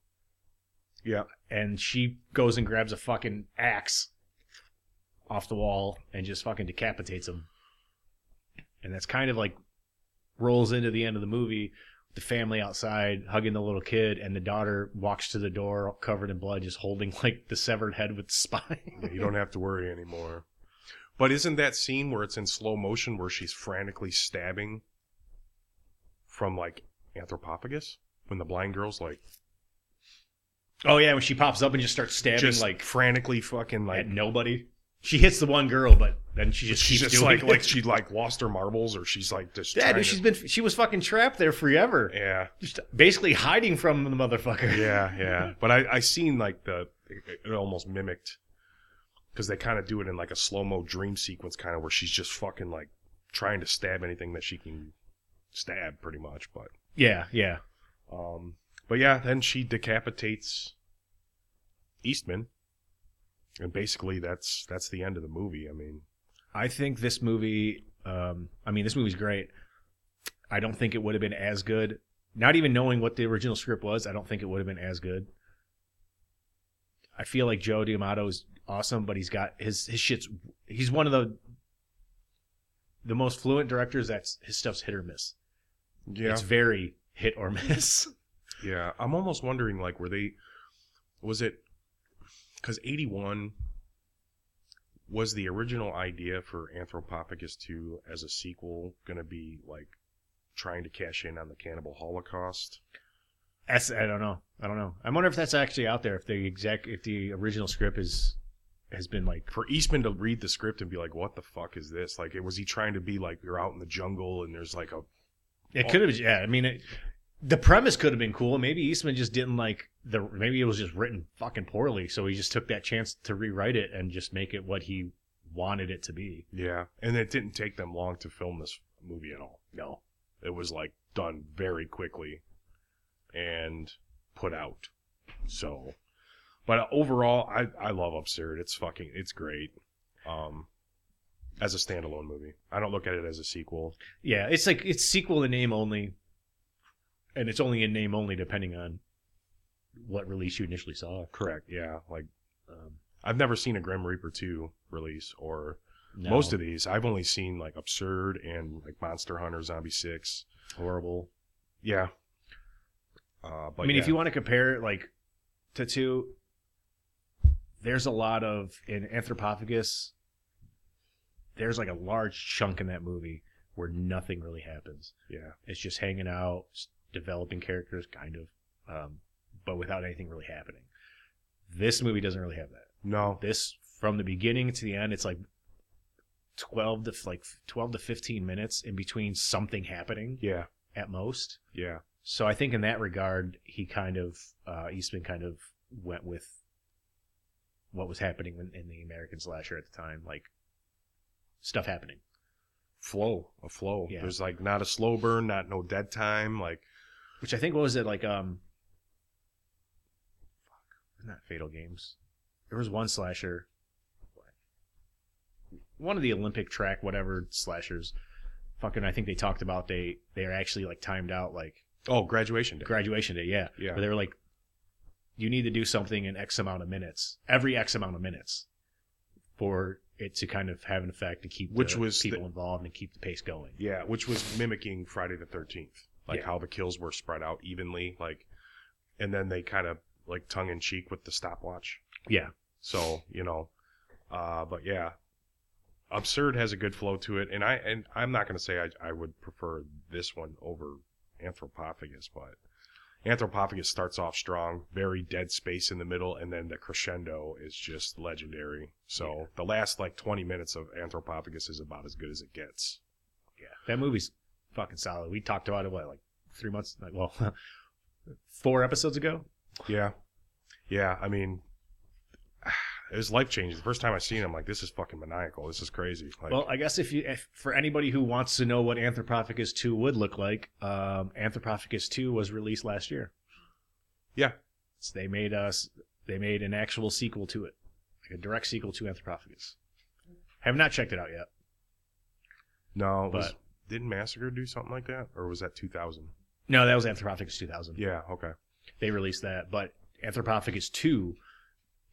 Speaker 2: Yeah.
Speaker 1: and she goes and grabs a fucking axe off the wall and just fucking decapitates him. And that's kind of like rolls into the end of the movie. The family outside hugging the little kid, and the daughter walks to the door covered in blood, just holding like the severed head with the spine.
Speaker 2: You don't have to worry anymore. But isn't that scene where it's in slow motion where she's frantically stabbing from like anthropophagus when the blind girl's like
Speaker 1: oh yeah, when she pops up and just starts stabbing
Speaker 2: just like
Speaker 1: like,
Speaker 2: frantically fucking like
Speaker 1: at nobody. She hits the one girl, but then she just
Speaker 2: she's
Speaker 1: keeps
Speaker 2: just
Speaker 1: doing
Speaker 2: like
Speaker 1: [laughs]
Speaker 2: like she like lost her marbles or she's like just
Speaker 1: yeah,
Speaker 2: trying
Speaker 1: dude,
Speaker 2: to-
Speaker 1: she's been she was fucking trapped there forever,
Speaker 2: yeah
Speaker 1: just basically hiding from the motherfucker.
Speaker 2: yeah yeah but I I seen like the it, it almost mimicked because they kind of do it in like a slow mo dream sequence kind of where she's just fucking like trying to stab anything that she can stab pretty much but
Speaker 1: [laughs] yeah, yeah.
Speaker 2: Um, but yeah, then she decapitates Eastman, and basically that's that's the end of the movie. I mean,
Speaker 1: I think this movie. Um, I mean, this movie's great. I don't think it would have been as good. Not even knowing what the original script was, I don't think it would have been as good. I feel like Joe Diamato's awesome, but he's got his his shit's. He's one of the the most fluent directors. That's his stuff's hit or miss.
Speaker 2: yeah,
Speaker 1: It's very hit or miss. [laughs]
Speaker 2: yeah. I'm almost wondering like, were they? Was it? Because '81 was the original idea for Anthropophagus 2 as a sequel going to be like trying to cash in on the cannibal holocaust
Speaker 1: That's, I don't know. I don't know. I wonder if that's actually out there. If the exact if the original script is has been like
Speaker 2: for Eastman to read the script and be like, "What the fuck is this?" Like, it was he trying to be like, "You're out in the jungle and there's like a
Speaker 1: It could have, yeah. I mean, it, the premise could have been cool. Maybe Eastman just didn't like the. Maybe it was just written fucking poorly, so he just took that chance to rewrite it and just make it what he wanted it to be.
Speaker 2: Yeah, and it didn't take them long to film this movie at all.
Speaker 1: No,
Speaker 2: It was like done very quickly and put out. So, but overall, I I love Absurd. It's fucking it's great. Um, as a standalone movie, I don't look at it as a sequel.
Speaker 1: yeah, it's like it's sequel in name only, and it's only in name only depending on what release you initially saw.
Speaker 2: Correct. Yeah, like
Speaker 1: Um,
Speaker 2: I've never seen a Grim Reaper two release or
Speaker 1: no.
Speaker 2: most of these. I've only seen like Absurd and like Monster Hunter Zombie Six.
Speaker 1: horrible.
Speaker 2: Yeah. Uh, but
Speaker 1: I mean,
Speaker 2: yeah.
Speaker 1: if you want to compare it, like to two, there's a lot of in Anthropophagus. There's like a large chunk in that movie where nothing really happens.
Speaker 2: yeah.
Speaker 1: It's just hanging out, s- developing characters, kind of, um, but without anything really happening. This movie doesn't really have that.
Speaker 2: No,
Speaker 1: This from the beginning to the end, it's like twelve to f- like twelve to fifteen minutes in between something happening
Speaker 2: yeah,
Speaker 1: at most.
Speaker 2: yeah.
Speaker 1: So I think in that regard, he kind of uh, Eastman kind of went with what was happening in, in the American slasher at the time, like stuff happening.
Speaker 2: flow, a flow.
Speaker 1: Yeah.
Speaker 2: There's like not a slow burn, not no dead time. Like
Speaker 1: Which I think what was it like? Um, fuck, not Fatal Games. There was one slasher, one of the Olympic track whatever slashers. Fucking, I think they talked about they they are actually like timed out like
Speaker 2: oh, graduation day.
Speaker 1: graduation day. Yeah,
Speaker 2: yeah,
Speaker 1: where they were like, you need to do something in X amount of minutes, every X amount of minutes, for it to kind of have an effect to keep
Speaker 2: Which
Speaker 1: the
Speaker 2: was
Speaker 1: people
Speaker 2: the-
Speaker 1: involved and keep the pace going.
Speaker 2: yeah, which was mimicking Friday the Thirteenth, like
Speaker 1: Yeah.
Speaker 2: how the kills were spread out evenly, like, and then they kind of like tongue in cheek with the stopwatch.
Speaker 1: Yeah,
Speaker 2: So you know, uh, but yeah, absurd has a good flow to it, and I and I'm not gonna say I I would prefer this one over Anthropophagus, but Anthropophagus starts off strong, very dead space in the middle, and then the crescendo is just legendary. So the last like 20 minutes of Anthropophagus is about as good as it gets.
Speaker 1: yeah, that movie's fucking solid. We talked about it what like three months, like well, [laughs] four episodes ago.
Speaker 2: Yeah. Yeah. I mean, [sighs] it was life changing. The first time I seen him, like, this is fucking maniacal. This is crazy. Like,
Speaker 1: well, I guess if you if, for anybody who wants to know what Anthropophagus Two would look like, um, Anthropophagus Two was released last year.
Speaker 2: Yeah.
Speaker 1: So they made us. They made an actual sequel to it, like a direct sequel to Anthropophagus. Have not checked it out yet.
Speaker 2: no, it was-
Speaker 1: but-
Speaker 2: didn't Massacre do something like that? Or was that 2000?
Speaker 1: No, that was Anthropophagus 2000.
Speaker 2: Yeah. Okay.
Speaker 1: They released that, but Anthropophagus 2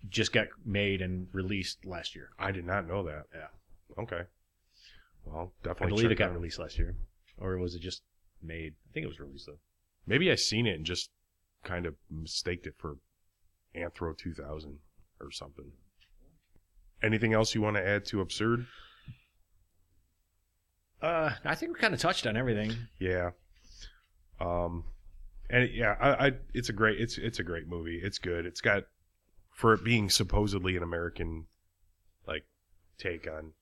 Speaker 1: just got made and released last year.
Speaker 2: I did not know that.
Speaker 1: Yeah.
Speaker 2: Okay. Well,
Speaker 1: I
Speaker 2: definitely.
Speaker 1: believe
Speaker 2: check
Speaker 1: it got
Speaker 2: that out.
Speaker 1: released last year. Or was it just made? I think it was released though.
Speaker 2: Maybe I seen it and just kind of mistaked it for Anthro 2000 or something. Anything else you want to add to absurd?
Speaker 1: Uh, I think we kind of touched on everything.
Speaker 2: Yeah. Um, and yeah, I, I it's a great it's it's a great movie. It's good. It's got for it being supposedly an American like take on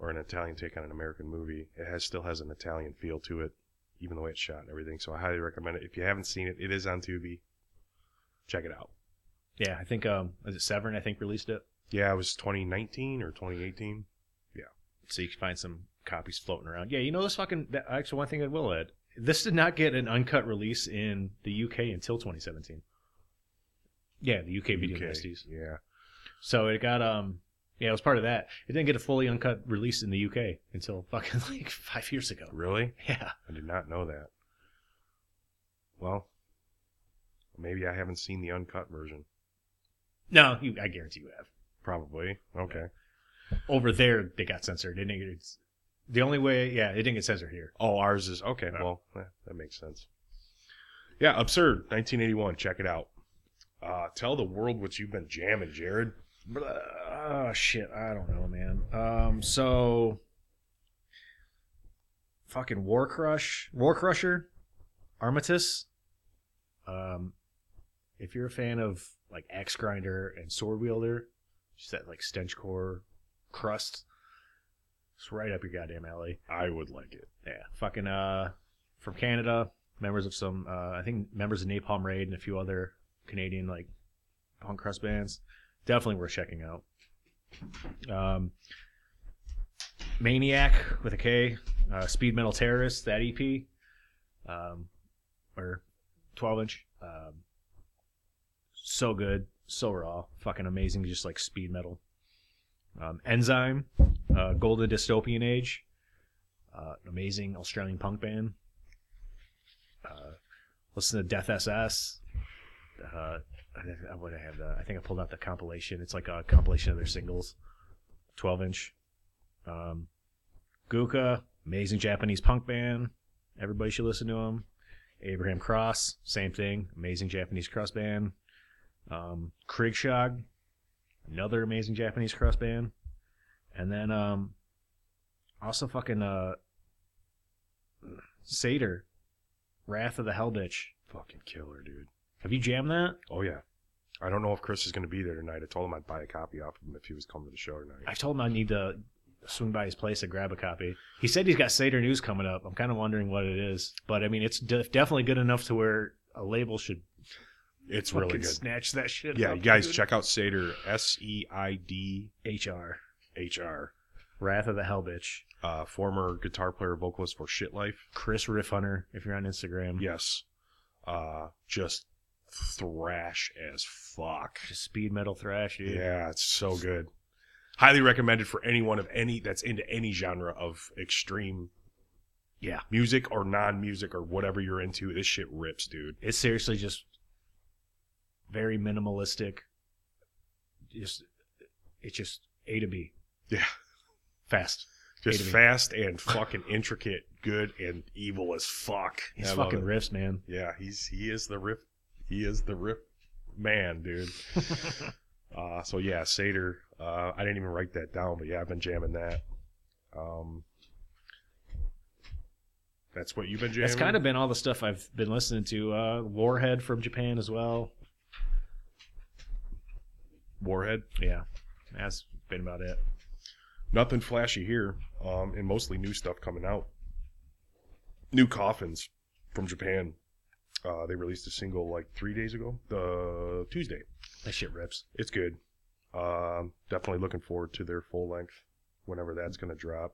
Speaker 2: or an Italian take on an American movie. It has still has an Italian feel to it, even the way it's shot and everything. So I highly recommend it. If you haven't seen it, it is on Tubi. Check it out.
Speaker 1: Yeah, I think um, was it Severn? I think released it,
Speaker 2: Yeah, it was 2019 or 2018.
Speaker 1: so you can find some copies floating around. Yeah, you know this fucking. That, actually, one thing I will add: this did not get an uncut release in the UK until 2017. Yeah, the UK video
Speaker 2: UK,
Speaker 1: nasties.
Speaker 2: Yeah.
Speaker 1: So it got um yeah, it was part of that. It didn't get a fully uncut release in the UK until fucking [laughs] like five years ago.
Speaker 2: Really?
Speaker 1: Yeah.
Speaker 2: I did not know that. Well, maybe I haven't seen the uncut version.
Speaker 1: No, you, I guarantee you have.
Speaker 2: Probably. Okay.
Speaker 1: Over there, they got censored. It didn't get, it's, the only way, yeah, it didn't get censored here.
Speaker 2: Oh, ours is okay.
Speaker 1: Yeah.
Speaker 2: Well, eh, that makes sense. Yeah, absurd. 1981. Check it out. Uh, tell the world what you've been jamming, Jared.
Speaker 1: Oh shit, I don't know, man. Um, so fucking War Crush, War Crusher, Armitus. Um, if you're a fan of like Axe Grinder and Sword Wielder, just that like stenchcore crust, it's right up your goddamn alley.
Speaker 2: I would like it.
Speaker 1: Yeah, fucking uh, from Canada, members of some, uh, I think members of Napalm Raid and a few other Canadian like punk crust bands. Definitely worth checking out. Um, Maniac with a K, uh, Speed Metal Terrorist that EP, um, or 12 inch. Um, so good, so raw, fucking amazing, just like speed metal. Um, Enzyme, uh, Golden Dystopian Age, uh, an amazing Australian punk band. Uh, listen to Death SS. Uh, I, think- I would have that. I think I pulled out the compilation. It's like a compilation of their singles, twelve inch. Um, Guka, amazing Japanese punk band. Everybody should listen to them. Abraham Cross, same thing, amazing Japanese cross band. Um, Kriegshog, another amazing Japanese cross band. And then um, also fucking uh, Seder, Wrath of the Hell Bitch.
Speaker 2: Fucking killer, dude.
Speaker 1: Have you jammed that?
Speaker 2: Oh yeah. I don't know if Chris is going to be there tonight. I told him I'd buy a copy off of him if he was coming to the show tonight.
Speaker 1: I told him I need to swing by his place and grab a copy. He said he's got Seder News coming up. I'm kind of wondering what it is, but I mean, it's de- definitely good enough to where a label should
Speaker 2: It's
Speaker 1: fucking
Speaker 2: really good.
Speaker 1: snatch that shit.
Speaker 2: Yeah,
Speaker 1: up,
Speaker 2: you guys,
Speaker 1: dude.
Speaker 2: check out Seder. S E I D
Speaker 1: HR
Speaker 2: H R.
Speaker 1: Wrath of the Hell Bitch.
Speaker 2: Uh, former guitar player, vocalist for Shit Life.
Speaker 1: Chris Riff Hunter, if you're on Instagram,
Speaker 2: Yes. Uh, just thrash as fuck.
Speaker 1: just speed metal thrash, dude.
Speaker 2: Yeah, it's so good. Highly recommended for anyone of any that's into any genre of extreme
Speaker 1: Yeah.
Speaker 2: music or non-music or whatever you're into. This shit rips, dude.
Speaker 1: It's seriously just very minimalistic. Just it's just A to B,
Speaker 2: Yeah.
Speaker 1: fast.
Speaker 2: Just
Speaker 1: Wait a minute.
Speaker 2: fast [laughs] and fucking intricate, good and evil as fuck.
Speaker 1: It's
Speaker 2: I love
Speaker 1: fucking
Speaker 2: it.
Speaker 1: riffs, man.
Speaker 2: Yeah, he's he is the rip he is the rip man, dude. uh so yeah, Seder. Uh I didn't even write that down, but yeah, I've been jamming that. Um That's what you've been jamming.
Speaker 1: That's kind of been all the stuff I've been listening to. Uh, Warhead from Japan as well.
Speaker 2: Warhead.
Speaker 1: Yeah, that's been about it.
Speaker 2: Nothing flashy here. Um and mostly new stuff coming out. New coffins from Japan. Uh, they released a single like three days ago, the Tuesday.
Speaker 1: That shit rips.
Speaker 2: It's good. Um, definitely looking forward to their full length whenever that's going to drop.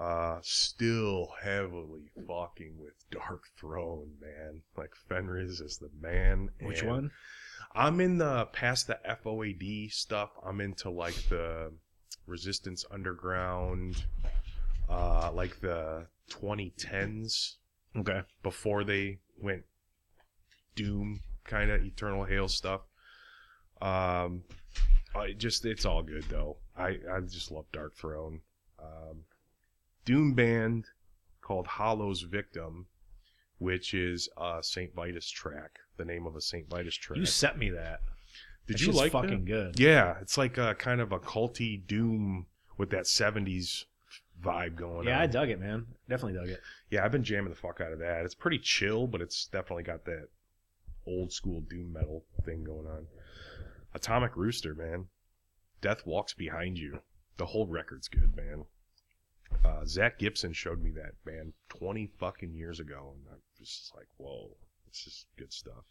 Speaker 2: Uh, still heavily fucking with Dark Throne, man. Like Fenris is the man.
Speaker 1: Which
Speaker 2: and
Speaker 1: one?
Speaker 2: I'm in the past the FOAD stuff. I'm into like the Resistance Underground, uh, like the 2010s
Speaker 1: Okay.
Speaker 2: before they went doom kind of eternal hail stuff um i just it's all good though i i just love dark throne um doom band called hollow's victim which is a saint vitus track the name of a saint vitus track
Speaker 1: You sent me that.
Speaker 2: did
Speaker 1: That
Speaker 2: you
Speaker 1: shit's
Speaker 2: like
Speaker 1: fucking
Speaker 2: that?
Speaker 1: good?
Speaker 2: yeah it's like a kind of a culty doom with that 70s vibe going
Speaker 1: Yeah,
Speaker 2: on
Speaker 1: I dug it, man. Definitely dug it.
Speaker 2: yeah, I've been jamming the fuck out of that. It's pretty chill, but it's definitely got that old school doom metal thing going on. Atomic Rooster, man. Death Walks Behind You. The whole record's good, man. Uh, Zach Gibson showed me that band 20 fucking years ago, and I was just like, whoa, this is good stuff.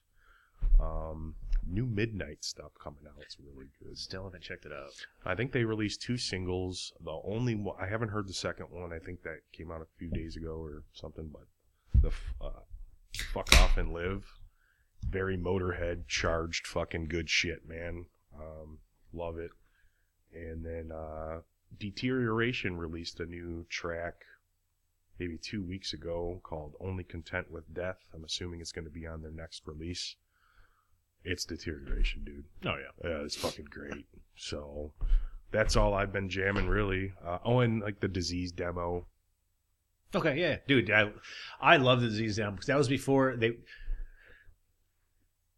Speaker 2: Um, new Midnight stuff coming out. It's really good.
Speaker 1: Still haven't checked it out.
Speaker 2: I think they released two singles. The only one I haven't heard the second one. I think that came out a few days ago or something. But the f- uh, fuck off and live, very Motorhead charged fucking good shit, man. Um, love it. And then uh, Deterioration released a new track maybe two weeks ago called Only Content with Death. I'm assuming it's going to be on their next release. It's Deterioration, dude.
Speaker 1: Oh yeah.
Speaker 2: Uh, it's fucking great. So that's all I've been jamming really. Uh, oh, and like the disease demo.
Speaker 1: Okay, yeah, dude, I I love the disease down because that was before they.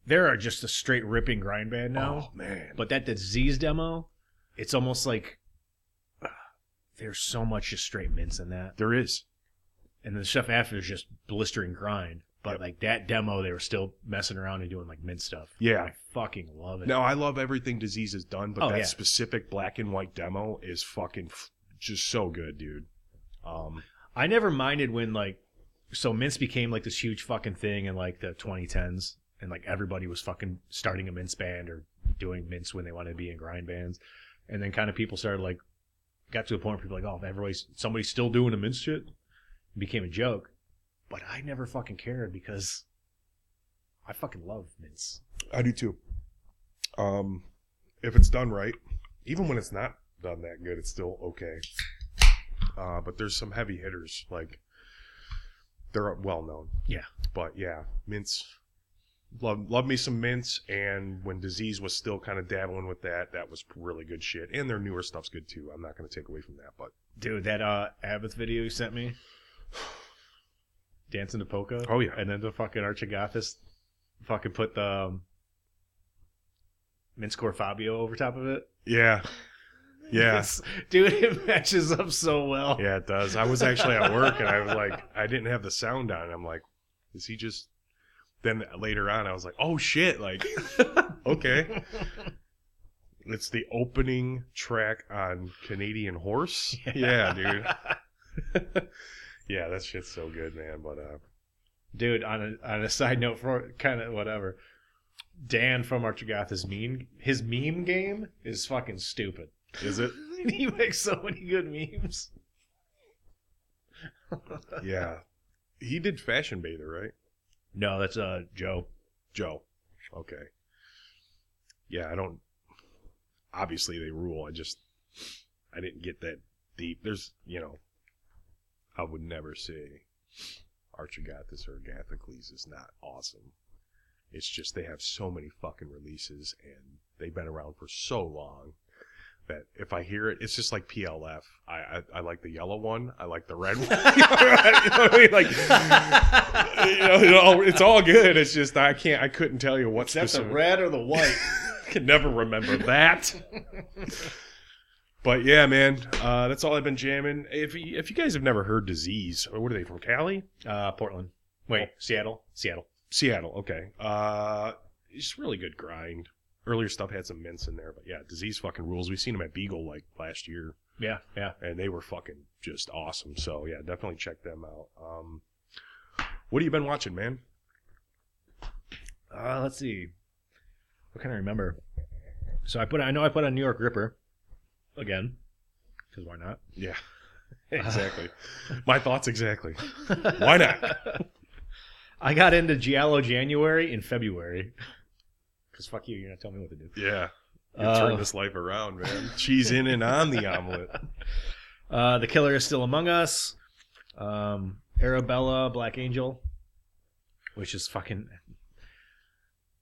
Speaker 1: There are just a straight ripping grind band now.
Speaker 2: oh man,
Speaker 1: But that disease demo, it's almost like uh, there's so much just straight mints in that,
Speaker 2: there is.
Speaker 1: and the stuff after is just blistering grind. But
Speaker 2: Yep.
Speaker 1: like that demo, they were still messing around and doing like mint stuff.
Speaker 2: Yeah.
Speaker 1: I fucking love it.
Speaker 2: No, I love everything disease has done, but
Speaker 1: Oh,
Speaker 2: that
Speaker 1: yeah.
Speaker 2: specific black and white demo is fucking f- just so good, dude. Um,
Speaker 1: I never minded when like so mints became like this huge fucking thing in like the 2010s and like everybody was fucking starting a mints band or doing mints when they wanted to be in grind bands and then kind of people started like got to a point where people were like oh everybody's somebody's still doing a mints shit it became a joke but I never fucking cared because I fucking love mints
Speaker 2: I do too. Um, if it's done right, even when it's not done that good, it's still okay. Uh, but there's some heavy hitters like they're well known.
Speaker 1: Yeah.
Speaker 2: but yeah, mints. Love, love me some mints, and when disease was still kind of dabbling with that, that was really good shit. And their newer stuff's good too. I'm not going to take away from that, but
Speaker 1: dude that uh Abbott video you sent me dancing to polka
Speaker 2: oh yeah,
Speaker 1: And then the fucking Archigathis fucking put the um, Mincecore Fabio over top of it.
Speaker 2: yeah, yeah.
Speaker 1: [laughs] It's- dude, it matches up so well.
Speaker 2: Yeah, it does. I was actually at work and I was like, I didn't have the sound on. I'm like, is he just. Then later on, I was like, oh shit. Like, okay. It's the opening track on Canadian Horse. Yeah, dude. Yeah, that shit's so good, man. But, uh,
Speaker 1: [laughs] Dude, on a on a side note for kind of whatever. Dan from Archigathis meme his meme game is fucking stupid. [laughs]
Speaker 2: is it?
Speaker 1: he makes so many good memes.
Speaker 2: Yeah. He did Fashion Bather, right?
Speaker 1: No, that's uh Joe.
Speaker 2: Joe. Okay. Yeah, I don't. Obviously, they rule. I just, I didn't get that deep. There's, you know, I would never say Archigathis or Agathocles is not awesome. It's just they have so many fucking releases and they've been around for so long that if I hear it, it's just like PLF. I I, I like the yellow one. I like the
Speaker 1: [laughs]
Speaker 2: red one. [laughs] You know what I mean? Like you
Speaker 1: [laughs]
Speaker 2: know, it all- it's all good. It's just I can't. I couldn't tell you what
Speaker 1: That's the
Speaker 2: specific-
Speaker 1: red or the white.
Speaker 2: Can never remember that. but yeah, man, uh, that's all I've been jamming. If you, if you guys have never heard Disease, or what are they from Cali,
Speaker 1: [laughs] Uh Portland. Wait, Seattle? Seattle.
Speaker 2: Seattle? Okay, uh, it's really good grind. Earlier stuff had some mints in there, but yeah, Disease fucking rules. We've seen them at Beagle like last year.
Speaker 1: Yeah, yeah.
Speaker 2: and they were fucking just awesome. So yeah, definitely check them out. Um, what have you been watching, man?
Speaker 1: Uh, let's see. What can I remember? So I put I know I put on New York Ripper again because why [laughs] not?
Speaker 2: Yeah, [laughs]
Speaker 1: [laughs]
Speaker 2: exactly. My thoughts exactly. Why not?
Speaker 1: [laughs] I got into Giallo January in February because fuck you, you're not telling me what to do.
Speaker 2: Yeah, you
Speaker 1: Uh,
Speaker 2: turn this life around, man. Cheese in and on the omelet.
Speaker 1: Uh, the Killer is Still Among Us, um, Arabella, Black Angel, which is fucking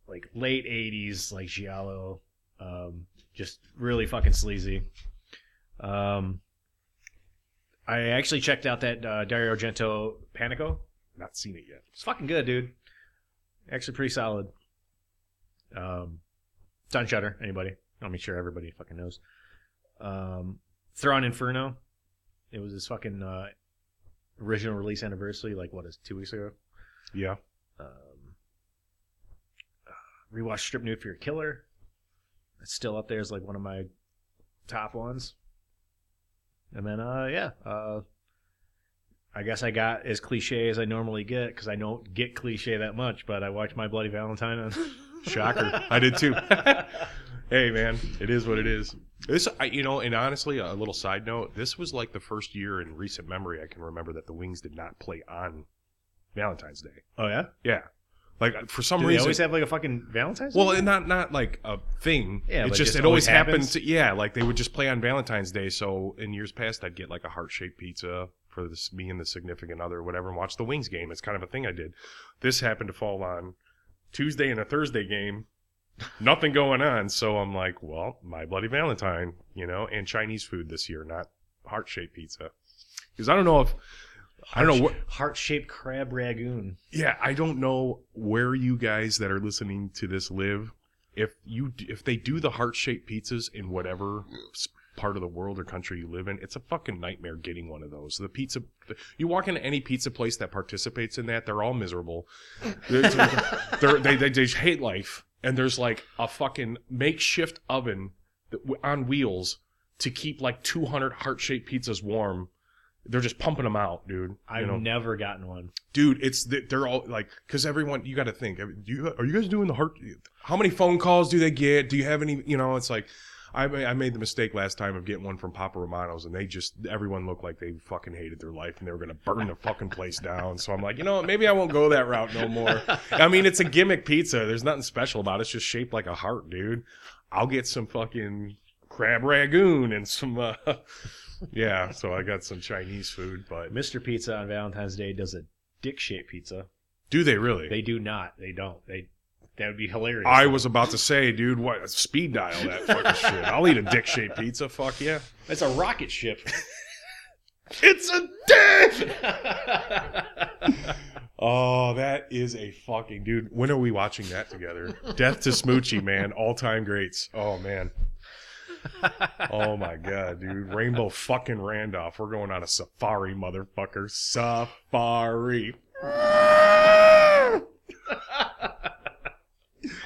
Speaker 1: like late '80s, like giallo, um, just really fucking sleazy. Um, I actually checked out that uh, Dario Argento Panico.
Speaker 2: Not seen it yet.
Speaker 1: It's fucking good, dude. Actually, pretty solid. Um, it's on Shutter. Anybody? I'll make sure everybody fucking knows. Um, Thrawn Inferno. It was his fucking uh, original release anniversary. Like what is it, two weeks ago?
Speaker 2: Yeah,
Speaker 1: Um, uh, rewatch Strip Nude for Your Killer. It's still up there as like one of my top ones. And then uh yeah, uh I guess I got as cliche as I normally get because I don't get cliche that much, but I watched My Bloody Valentine on
Speaker 2: shocker. I did too. hey, man, it is what it is. This, I, you know, and honestly, a little side note. This was like the first year in recent memory I can remember that the Wings did not play on Valentine's Day.
Speaker 1: [laughs] oh yeah,
Speaker 2: Yeah, like for some
Speaker 1: do they
Speaker 2: reason,
Speaker 1: always have like a fucking Valentine's?
Speaker 2: Well,
Speaker 1: Day?
Speaker 2: and not not like a thing.
Speaker 1: Yeah,
Speaker 2: it's
Speaker 1: but
Speaker 2: just,
Speaker 1: just
Speaker 2: it always
Speaker 1: always
Speaker 2: happens.
Speaker 1: happens.
Speaker 2: to- yeah, like they would just play on Valentine's Day. So in years past, I'd get like a heart shaped pizza for this me and the significant other, or whatever, and watch the Wings game. It's kind of a thing I did. This happened to fall on Tuesday and a Thursday game. Nothing going on, so I'm like, well, my bloody Valentine, you know, and Chinese food this year, not heart shaped pizza, because I don't know if I don't know what
Speaker 1: heart shaped crab ragoon.
Speaker 2: yeah, I don't know where you guys that are listening to this live. If you if they do the heart shaped pizzas in whatever s- part of the world or country you live in, it's a fucking nightmare getting one of those. The pizza, you walk into any pizza place that participates in that, they're all miserable. It's- [laughs] they're, they they they just hate life, and there's like a fucking makeshift oven that- on wheels to keep like 200 heart shaped pizzas warm. They're just pumping them out, dude.
Speaker 1: I've
Speaker 2: You know?
Speaker 1: never gotten one.
Speaker 2: dude it's th- they're all like because everyone you got to think I mean, do you, are you guys doing the heart how many phone calls do they get do you have any you know it's like I, ma- I made the mistake last time of getting one from Papa Romano's, and they just everyone looked like they fucking hated their life and they were gonna burn the fucking place down. So I'm like, you know, what, maybe I won't go that route no more. I mean, it's a gimmick pizza. There's nothing special about it. It's just shaped like a heart, dude. I'll get some fucking crab ragoon and some, uh, [laughs] yeah. So I got some Chinese food, but
Speaker 1: Mr. Pizza on Valentine's Day does a dick shaped pizza.
Speaker 2: do they really?
Speaker 1: They do not. They don't. They that would be hilarious.
Speaker 2: I was about to say, dude, what speed dial that fucking shit. I'll eat a dick shaped pizza. Fuck yeah.
Speaker 1: It's a rocket
Speaker 2: [laughs]
Speaker 1: ship.
Speaker 2: It's a
Speaker 1: [laughs]
Speaker 2: dick.
Speaker 1: I
Speaker 2: Oh, that is a fucking dude. When are we watching that together? Death to Smoochie, man. All time greats. Oh man. Oh my god, dude. Rainbow fucking Randolph. We're going on a safari, motherfucker. Safari.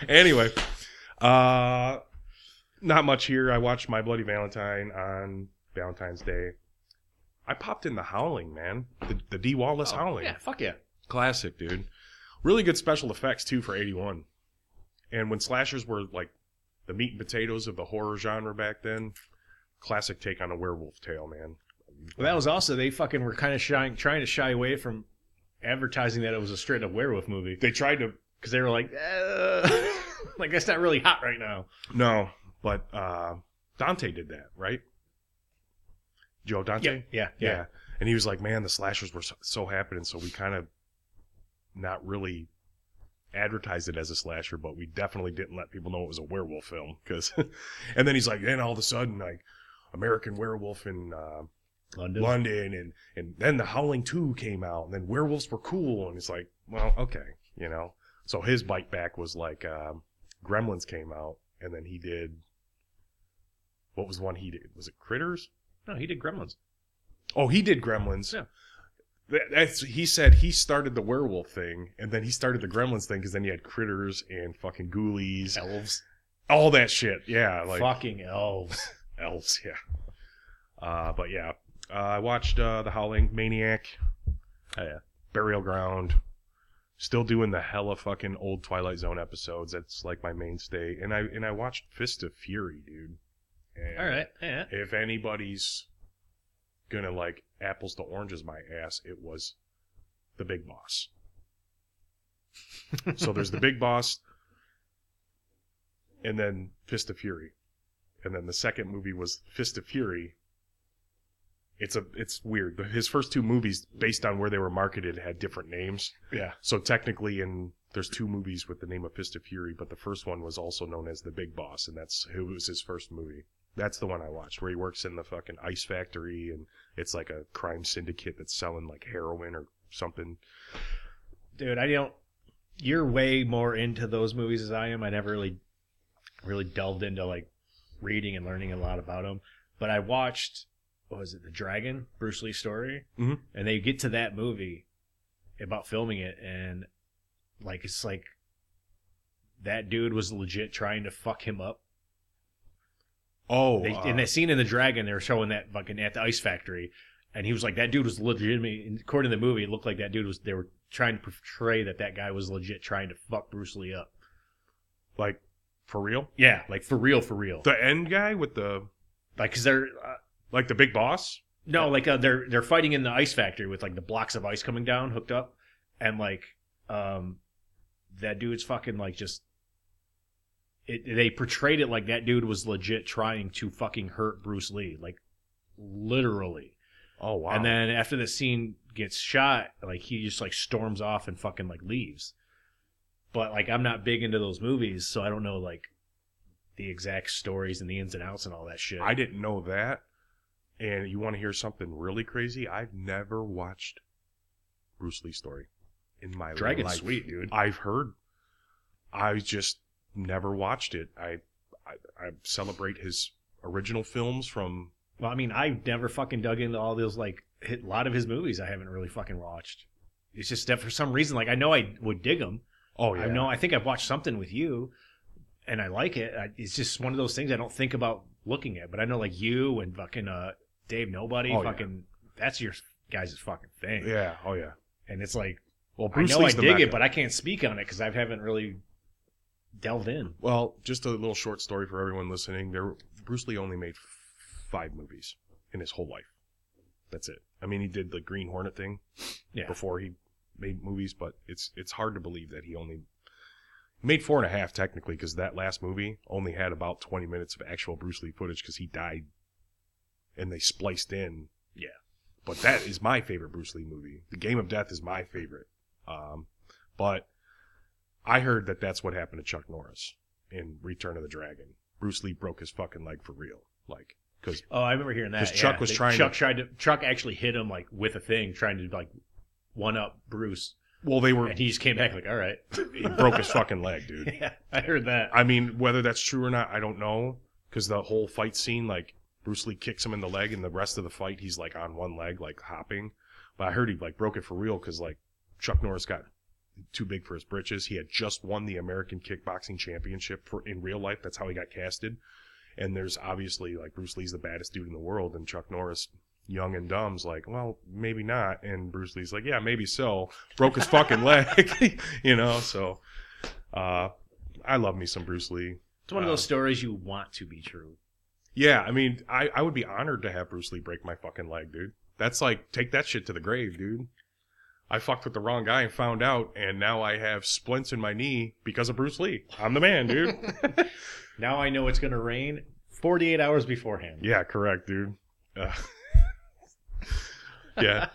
Speaker 2: anyway, uh, not much here. I watched My Bloody Valentine on Valentine's Day. I popped in the Howling, man. The, the D. Wallace Howling.
Speaker 1: Oh, Yeah, fuck yeah.
Speaker 2: Classic, dude. Really good special effects too for '81. And when slashers were like the meat and potatoes of the horror genre back then, classic take on a werewolf tale, man.
Speaker 1: Well, that was also they fucking were kind of shying, trying to shy away from advertising that it was a straight up werewolf movie
Speaker 2: They tried to
Speaker 1: because they were like, eh, [laughs] like that's not really hot right now.
Speaker 2: no, but uh, Dante did that, right? Joe Dante.
Speaker 1: yeah,
Speaker 2: Yeah. And he was like, man, the slashers were so, so happening, so we kind of not really advertised it as a slasher, but we definitely didn't let people know it was a werewolf film. Cause, [laughs] and then he's like, then all of a sudden, like, American Werewolf in uh,
Speaker 1: London.
Speaker 2: London, and, and then The Howling 2 came out, and then werewolves were cool. And it's like, well, okay, you know? So his bite back was like, um, Gremlins came out, and then he did, what was the one he did? Was it Critters?
Speaker 1: No, he did Gremlins.
Speaker 2: Oh, he did Gremlins.
Speaker 1: Yeah.
Speaker 2: That- That's he said he started the werewolf thing, and then he started the Gremlins thing because then he had critters and fucking ghoulies,
Speaker 1: Elves,
Speaker 2: all that shit. Yeah, like
Speaker 1: fucking elves.
Speaker 2: elves. Yeah. Uh, but yeah, uh, I watched uh, the Howling Maniac,
Speaker 1: Oh, yeah.
Speaker 2: Burial Ground, Still doing the hella fucking old Twilight Zone episodes. That's like my mainstay. And I and I watched Fist of Fury, dude. And
Speaker 1: All right. Yeah.
Speaker 2: If anybody's gonna like apples to oranges my ass, it was the big boss. so there's the big boss, and then Fist of Fury, and then the second movie was Fist of Fury. It's a it's weird. but His first two movies, based on where they were marketed, had different names.
Speaker 1: Yeah.
Speaker 2: So technically, in there's two movies with the name of Fist of Fury, but the first one was also known as the Big Boss, and that's who was his first movie. That's the one I watched, where he works in the fucking ice factory, and it's like a crime syndicate that's selling like heroin or something.
Speaker 1: Dude, I don't. You're way more into those movies as I am. I never really, really delved into like reading and learning a lot about them. But I watched, what was it, The Dragon, Bruce Lee story,
Speaker 2: Mhm.
Speaker 1: and they get to that movie about filming it, and like it's like that dude was legit trying to fuck him up.
Speaker 2: Oh,
Speaker 1: They,
Speaker 2: uh,
Speaker 1: in that scene in The Dragon, they were showing that fucking at the ice factory, and he was like, that dude was legitimate. According to the movie, it looked like that dude was. They were trying to portray that that guy was legit trying to fuck Bruce Lee up.
Speaker 2: like for real,
Speaker 1: Yeah, like for real, for real.
Speaker 2: the end guy with the
Speaker 1: Like, cause they're uh,
Speaker 2: like the big boss.
Speaker 1: no, like uh, they're they're fighting in the ice factory with like the blocks of ice coming down, hooked up, and like, um, that dude's fucking like just. It, they portrayed it like that dude was legit trying to fucking hurt Bruce Lee, like literally.
Speaker 2: Oh wow!
Speaker 1: And then after the scene gets shot, like he just like storms off and fucking like leaves. But like I'm not big into those movies, so I don't know like the exact stories and the ins and outs and all that shit.
Speaker 2: I didn't know that. And you want to hear something really crazy? I've never watched Bruce Lee story in my
Speaker 1: Dragon's
Speaker 2: life.
Speaker 1: sweet, dude.
Speaker 2: I've heard. I just never watched it. I, I I celebrate his original films from.
Speaker 1: Well, I mean, I never fucking dug into all those like hit, a lot of his movies. I haven't really fucking watched. It's just that for some reason, like I know I would dig them.
Speaker 2: Oh yeah,
Speaker 1: I know I think I've watched something with you, and I like it. I, it's just one of those things I don't think about looking at. But I know like you and fucking uh Dave Nobody,
Speaker 2: Oh, yeah.
Speaker 1: fucking that's your guys' fucking thing.
Speaker 2: Yeah, oh yeah.
Speaker 1: And it's like
Speaker 2: Well, Bruce
Speaker 1: I know
Speaker 2: Lee's
Speaker 1: I
Speaker 2: the
Speaker 1: dig
Speaker 2: mecca.
Speaker 1: it, but I can't speak on it because I haven't really delved in.
Speaker 2: Well, just a little short story for everyone listening. There, Bruce Lee only made f- five movies in his whole life. That's it. I mean, he did the Green Hornet thing
Speaker 1: Yeah.
Speaker 2: before he made movies, but it's it's hard to believe that he only made four and a half technically because that last movie only had about twenty minutes of actual Bruce Lee footage because he died, and they spliced in.
Speaker 1: Yeah.
Speaker 2: but that is my favorite Bruce Lee movie. The Game of Death is my favorite. Um, but I heard that that's what happened to Chuck Norris in Return of the Dragon. Bruce Lee broke his fucking leg for real. Like, because
Speaker 1: Oh, I remember hearing that.
Speaker 2: 'Cause Chuck
Speaker 1: yeah.
Speaker 2: was
Speaker 1: They-
Speaker 2: trying
Speaker 1: Chuck
Speaker 2: to-
Speaker 1: tried to. Chuck actually hit him like with a thing, trying to like one up Bruce,
Speaker 2: well, they were
Speaker 1: and he just came back like, "All right."
Speaker 2: he broke his fucking leg, dude.
Speaker 1: [laughs] yeah, I heard that.
Speaker 2: I mean, whether that's true or not, I don't know. Because the whole fight scene, like Bruce Lee kicks him in the leg, and the rest of the fight, he's like on one leg, like hopping. But I heard he like broke it for real because like Chuck Norris got too big for his britches. He had just won the American Kickboxing Championship for in real life. That's how he got casted. And there's obviously like Bruce Lee's the baddest dude in the world, and Chuck Norris, young and dumb's like, well, maybe not. And Bruce Lee's like, yeah, maybe so. Broke his fucking leg, [laughs] you know. So, uh, I love me some Bruce Lee.
Speaker 1: It's one of
Speaker 2: uh,
Speaker 1: those stories you want to be true.
Speaker 2: Yeah, I mean, I, I would be honored to have Bruce Lee break my fucking leg, dude. That's like take that shit to the grave, dude. I fucked with the wrong guy and found out, and now I have splints in my knee because of Bruce Lee. I'm the man, dude.
Speaker 1: Now I know it's going to rain 48 hours beforehand.
Speaker 2: [laughs] yeah, correct, dude. Uh, [laughs] yeah.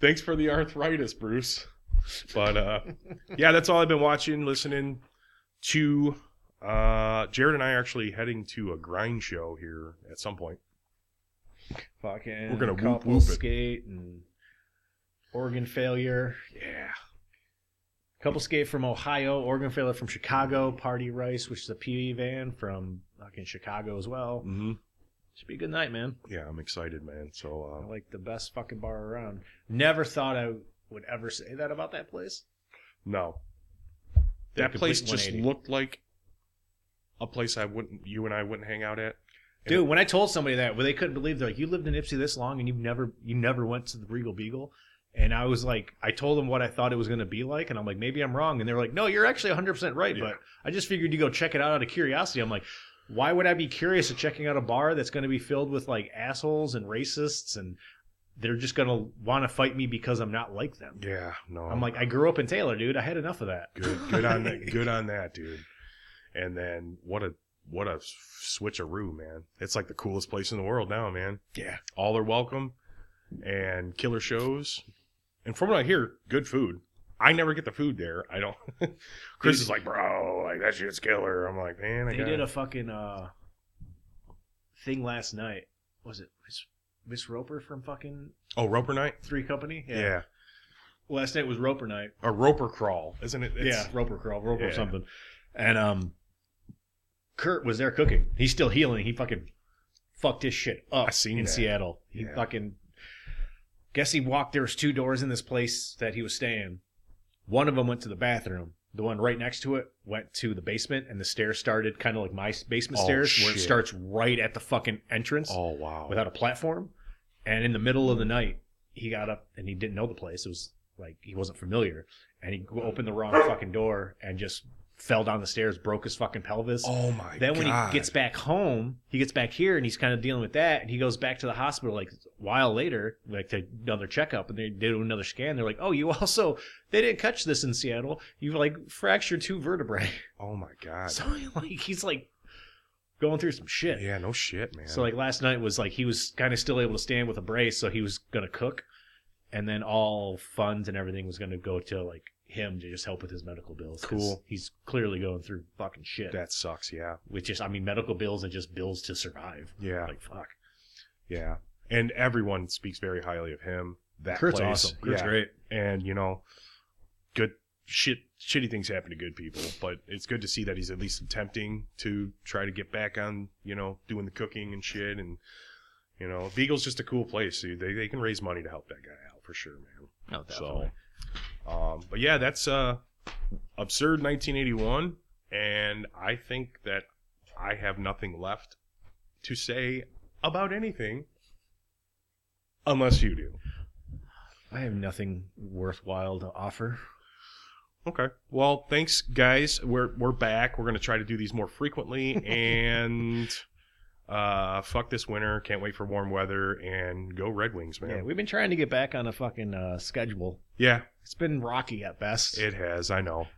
Speaker 2: Thanks for the arthritis, Bruce. But uh, yeah, that's all I've been watching, listening to. Uh, Jared and I are actually heading to a grind show here at some point.
Speaker 1: [laughs] Fucking
Speaker 2: We're gonna whoop,
Speaker 1: couple
Speaker 2: whoop it.
Speaker 1: skate and organ failure.
Speaker 2: Yeah.
Speaker 1: Couple skate from Ohio, organ failure from Chicago, Party Rice, which is a PE van from fucking Chicago as well.
Speaker 2: Mm-hmm.
Speaker 1: Should be a good night, man.
Speaker 2: Yeah, I'm excited, man.
Speaker 1: I
Speaker 2: So uh,
Speaker 1: like the best fucking bar around. Never thought I would ever say that about that place.
Speaker 2: no,
Speaker 1: Did a
Speaker 2: that place
Speaker 1: complete
Speaker 2: just
Speaker 1: 180.
Speaker 2: looked like a place I wouldn't, you and I wouldn't hang out at.
Speaker 1: Dude, when I told somebody that, well, they couldn't believe they're like, "You lived in Ipsy this long and you've never, you never went to the Regal Beagle," And I was like, I told them what I thought it was going to be like, and I'm like, maybe I'm wrong. And they're like, no, you're actually 100% right.
Speaker 2: Yeah.
Speaker 1: But I just figured you go check it out out of curiosity. I'm like, why would I be curious at checking out a bar that's going to be filled with like assholes and racists and they're just going to want to fight me because I'm not like them?
Speaker 2: Yeah, no.
Speaker 1: I'm like, I grew up in Taylor, dude. I had enough of that.
Speaker 2: good, good on
Speaker 1: [laughs]
Speaker 2: that, [laughs] good on that, dude. And then what a what a switcheroo, man. It's like the coolest place in the world now, man.
Speaker 1: Yeah.
Speaker 2: All are welcome, and killer shows, and from what I hear, good food. I never get the food there. I don't. [laughs] Chris
Speaker 1: Dude.
Speaker 2: is like, bro, like that shit's killer. I'm like, man, I
Speaker 1: They
Speaker 2: got
Speaker 1: did a fucking uh, thing last night. Was it Miss, Miss Roper from fucking
Speaker 2: oh Roper night.
Speaker 1: Three Company?
Speaker 2: Yeah.
Speaker 1: Last night was Roper night.
Speaker 2: a Roper crawl, isn't it? It's-
Speaker 1: yeah, Roper crawl, Roper
Speaker 2: Yeah.
Speaker 1: something. And um, Kurt was there cooking. He's still healing. He fucking fucked his shit up
Speaker 2: I seen
Speaker 1: in
Speaker 2: that.
Speaker 1: Seattle. He
Speaker 2: Yeah.
Speaker 1: fucking guess he walked. There was two doors in this place that he was staying. One of them went to the bathroom. The one right next to it went to the basement, and the stairs started kind of like my s- basement
Speaker 2: Oh,
Speaker 1: stairs, where it
Speaker 2: shit.
Speaker 1: starts right at the fucking entrance
Speaker 2: Oh wow.
Speaker 1: without a platform. And in the middle of the night, he got up and he didn't know the place. It was like he wasn't familiar. And he opened the wrong fucking door and just fell down the stairs, broke his fucking pelvis.
Speaker 2: oh my.
Speaker 1: then when
Speaker 2: God.
Speaker 1: he gets back home, he gets back here and he's kind of dealing with that. And he goes back to the hospital like a while later, like to another checkup. And they do another scan. They're like, oh, you also, they didn't catch this in Seattle. You've like fractured two vertebrae. [laughs]
Speaker 2: oh my God.
Speaker 1: So like he's like going through some shit.
Speaker 2: yeah, no shit, man.
Speaker 1: So like last night was like he was kind of still able to stand with a brace, so he was gonna cook, and then all funds and everything was gonna go to like him to just help with his medical bills. 'cause
Speaker 2: Cool.
Speaker 1: He's clearly going through fucking shit
Speaker 2: that sucks. Yeah.
Speaker 1: with just I mean medical bills and just bills to survive.
Speaker 2: Yeah.
Speaker 1: Like fuck.
Speaker 2: Yeah, and everyone speaks very highly of him. That place. yeah.
Speaker 1: great.
Speaker 2: and you know, good shit. Shitty things happen to good people, but it's good to see that he's at least attempting to try to get back on, you know, doing the cooking and shit. And you know, Beagle's just a cool place. Dude. They they can raise money to help that guy out for sure, man.
Speaker 1: No,
Speaker 2: So, um, but yeah, that's uh, absurd 1981, and I think that I have nothing left to say about anything, unless you do.
Speaker 1: I have nothing worthwhile to offer.
Speaker 2: Okay. Well, thanks, guys. We're we're back. We're gonna try to do these more [laughs] frequently, and uh, fuck this winter. Can't wait for warm weather and go Red Wings,
Speaker 1: Yeah,
Speaker 2: man.
Speaker 1: we've been trying to get back on a fucking uh, schedule.
Speaker 2: yeah
Speaker 1: It's been rocky at best.
Speaker 2: It has, I know.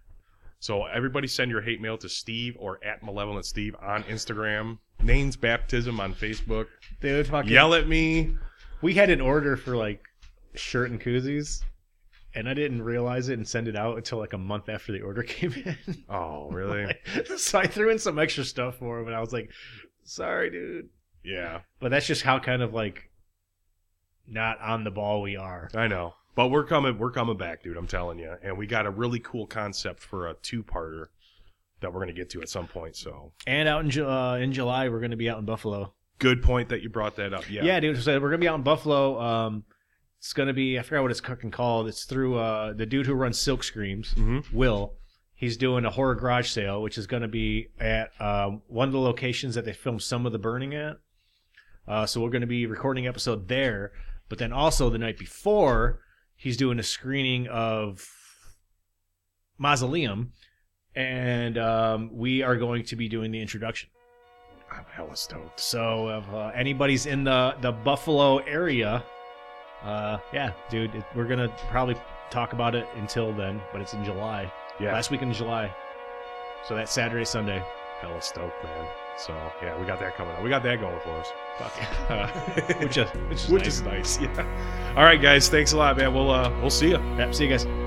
Speaker 2: So everybody send your hate mail to Steve or at Malevolent Steve on Instagram. Nane's Baptism on Facebook.
Speaker 1: Dude, fucking
Speaker 2: Yell at me.
Speaker 1: We had an order for like shirt and koozies, and I didn't realize it and send it out until like a month after the order [laughs] came in. [laughs]
Speaker 2: Oh, really?
Speaker 1: so I threw in some extra stuff for him, and I was like, "Sorry, dude,"
Speaker 2: yeah,
Speaker 1: but that's just how kind of like not on the ball we are.
Speaker 2: I know. But we're coming. We're coming back, dude. I'm telling you. And we got a really cool concept for a two-parter that we're gonna get to at some point. So
Speaker 1: And out in Ju- uh, in July, we're gonna be out in Buffalo.
Speaker 2: good point that you brought that up.
Speaker 1: Yeah,
Speaker 2: Yeah.
Speaker 1: dude. So we're gonna be out in Buffalo. Um, it's gonna be I forgot what it's fucking called. It's through uh the dude who runs Silk Screams.
Speaker 2: hmm
Speaker 1: Will. He's doing a horror garage sale, which is going to be at um, one of the locations that they filmed some of the burning at. Uh, so we're going to be recording episode there. But then also the night before, he's doing a screening of Mausoleum, and um, we are going to be doing the introduction.
Speaker 2: I'm hella stoked.
Speaker 1: So if uh, anybody's in the the Buffalo area, uh, yeah, dude, it, we're gonna probably talk about it until then, but it's in July
Speaker 2: Yeah.
Speaker 1: last week in July. So that's Saturday, Sunday.
Speaker 2: hella stoked, man. So yeah, we got that coming up. We got that going for us.
Speaker 1: Fuck. [laughs]
Speaker 2: Uh, [laughs]
Speaker 1: which is, which is
Speaker 2: which
Speaker 1: nice.
Speaker 2: [laughs] is nice. Yeah. All right, guys. Thanks a lot, man. We'll uh, we'll see you.
Speaker 1: Yep, see you guys.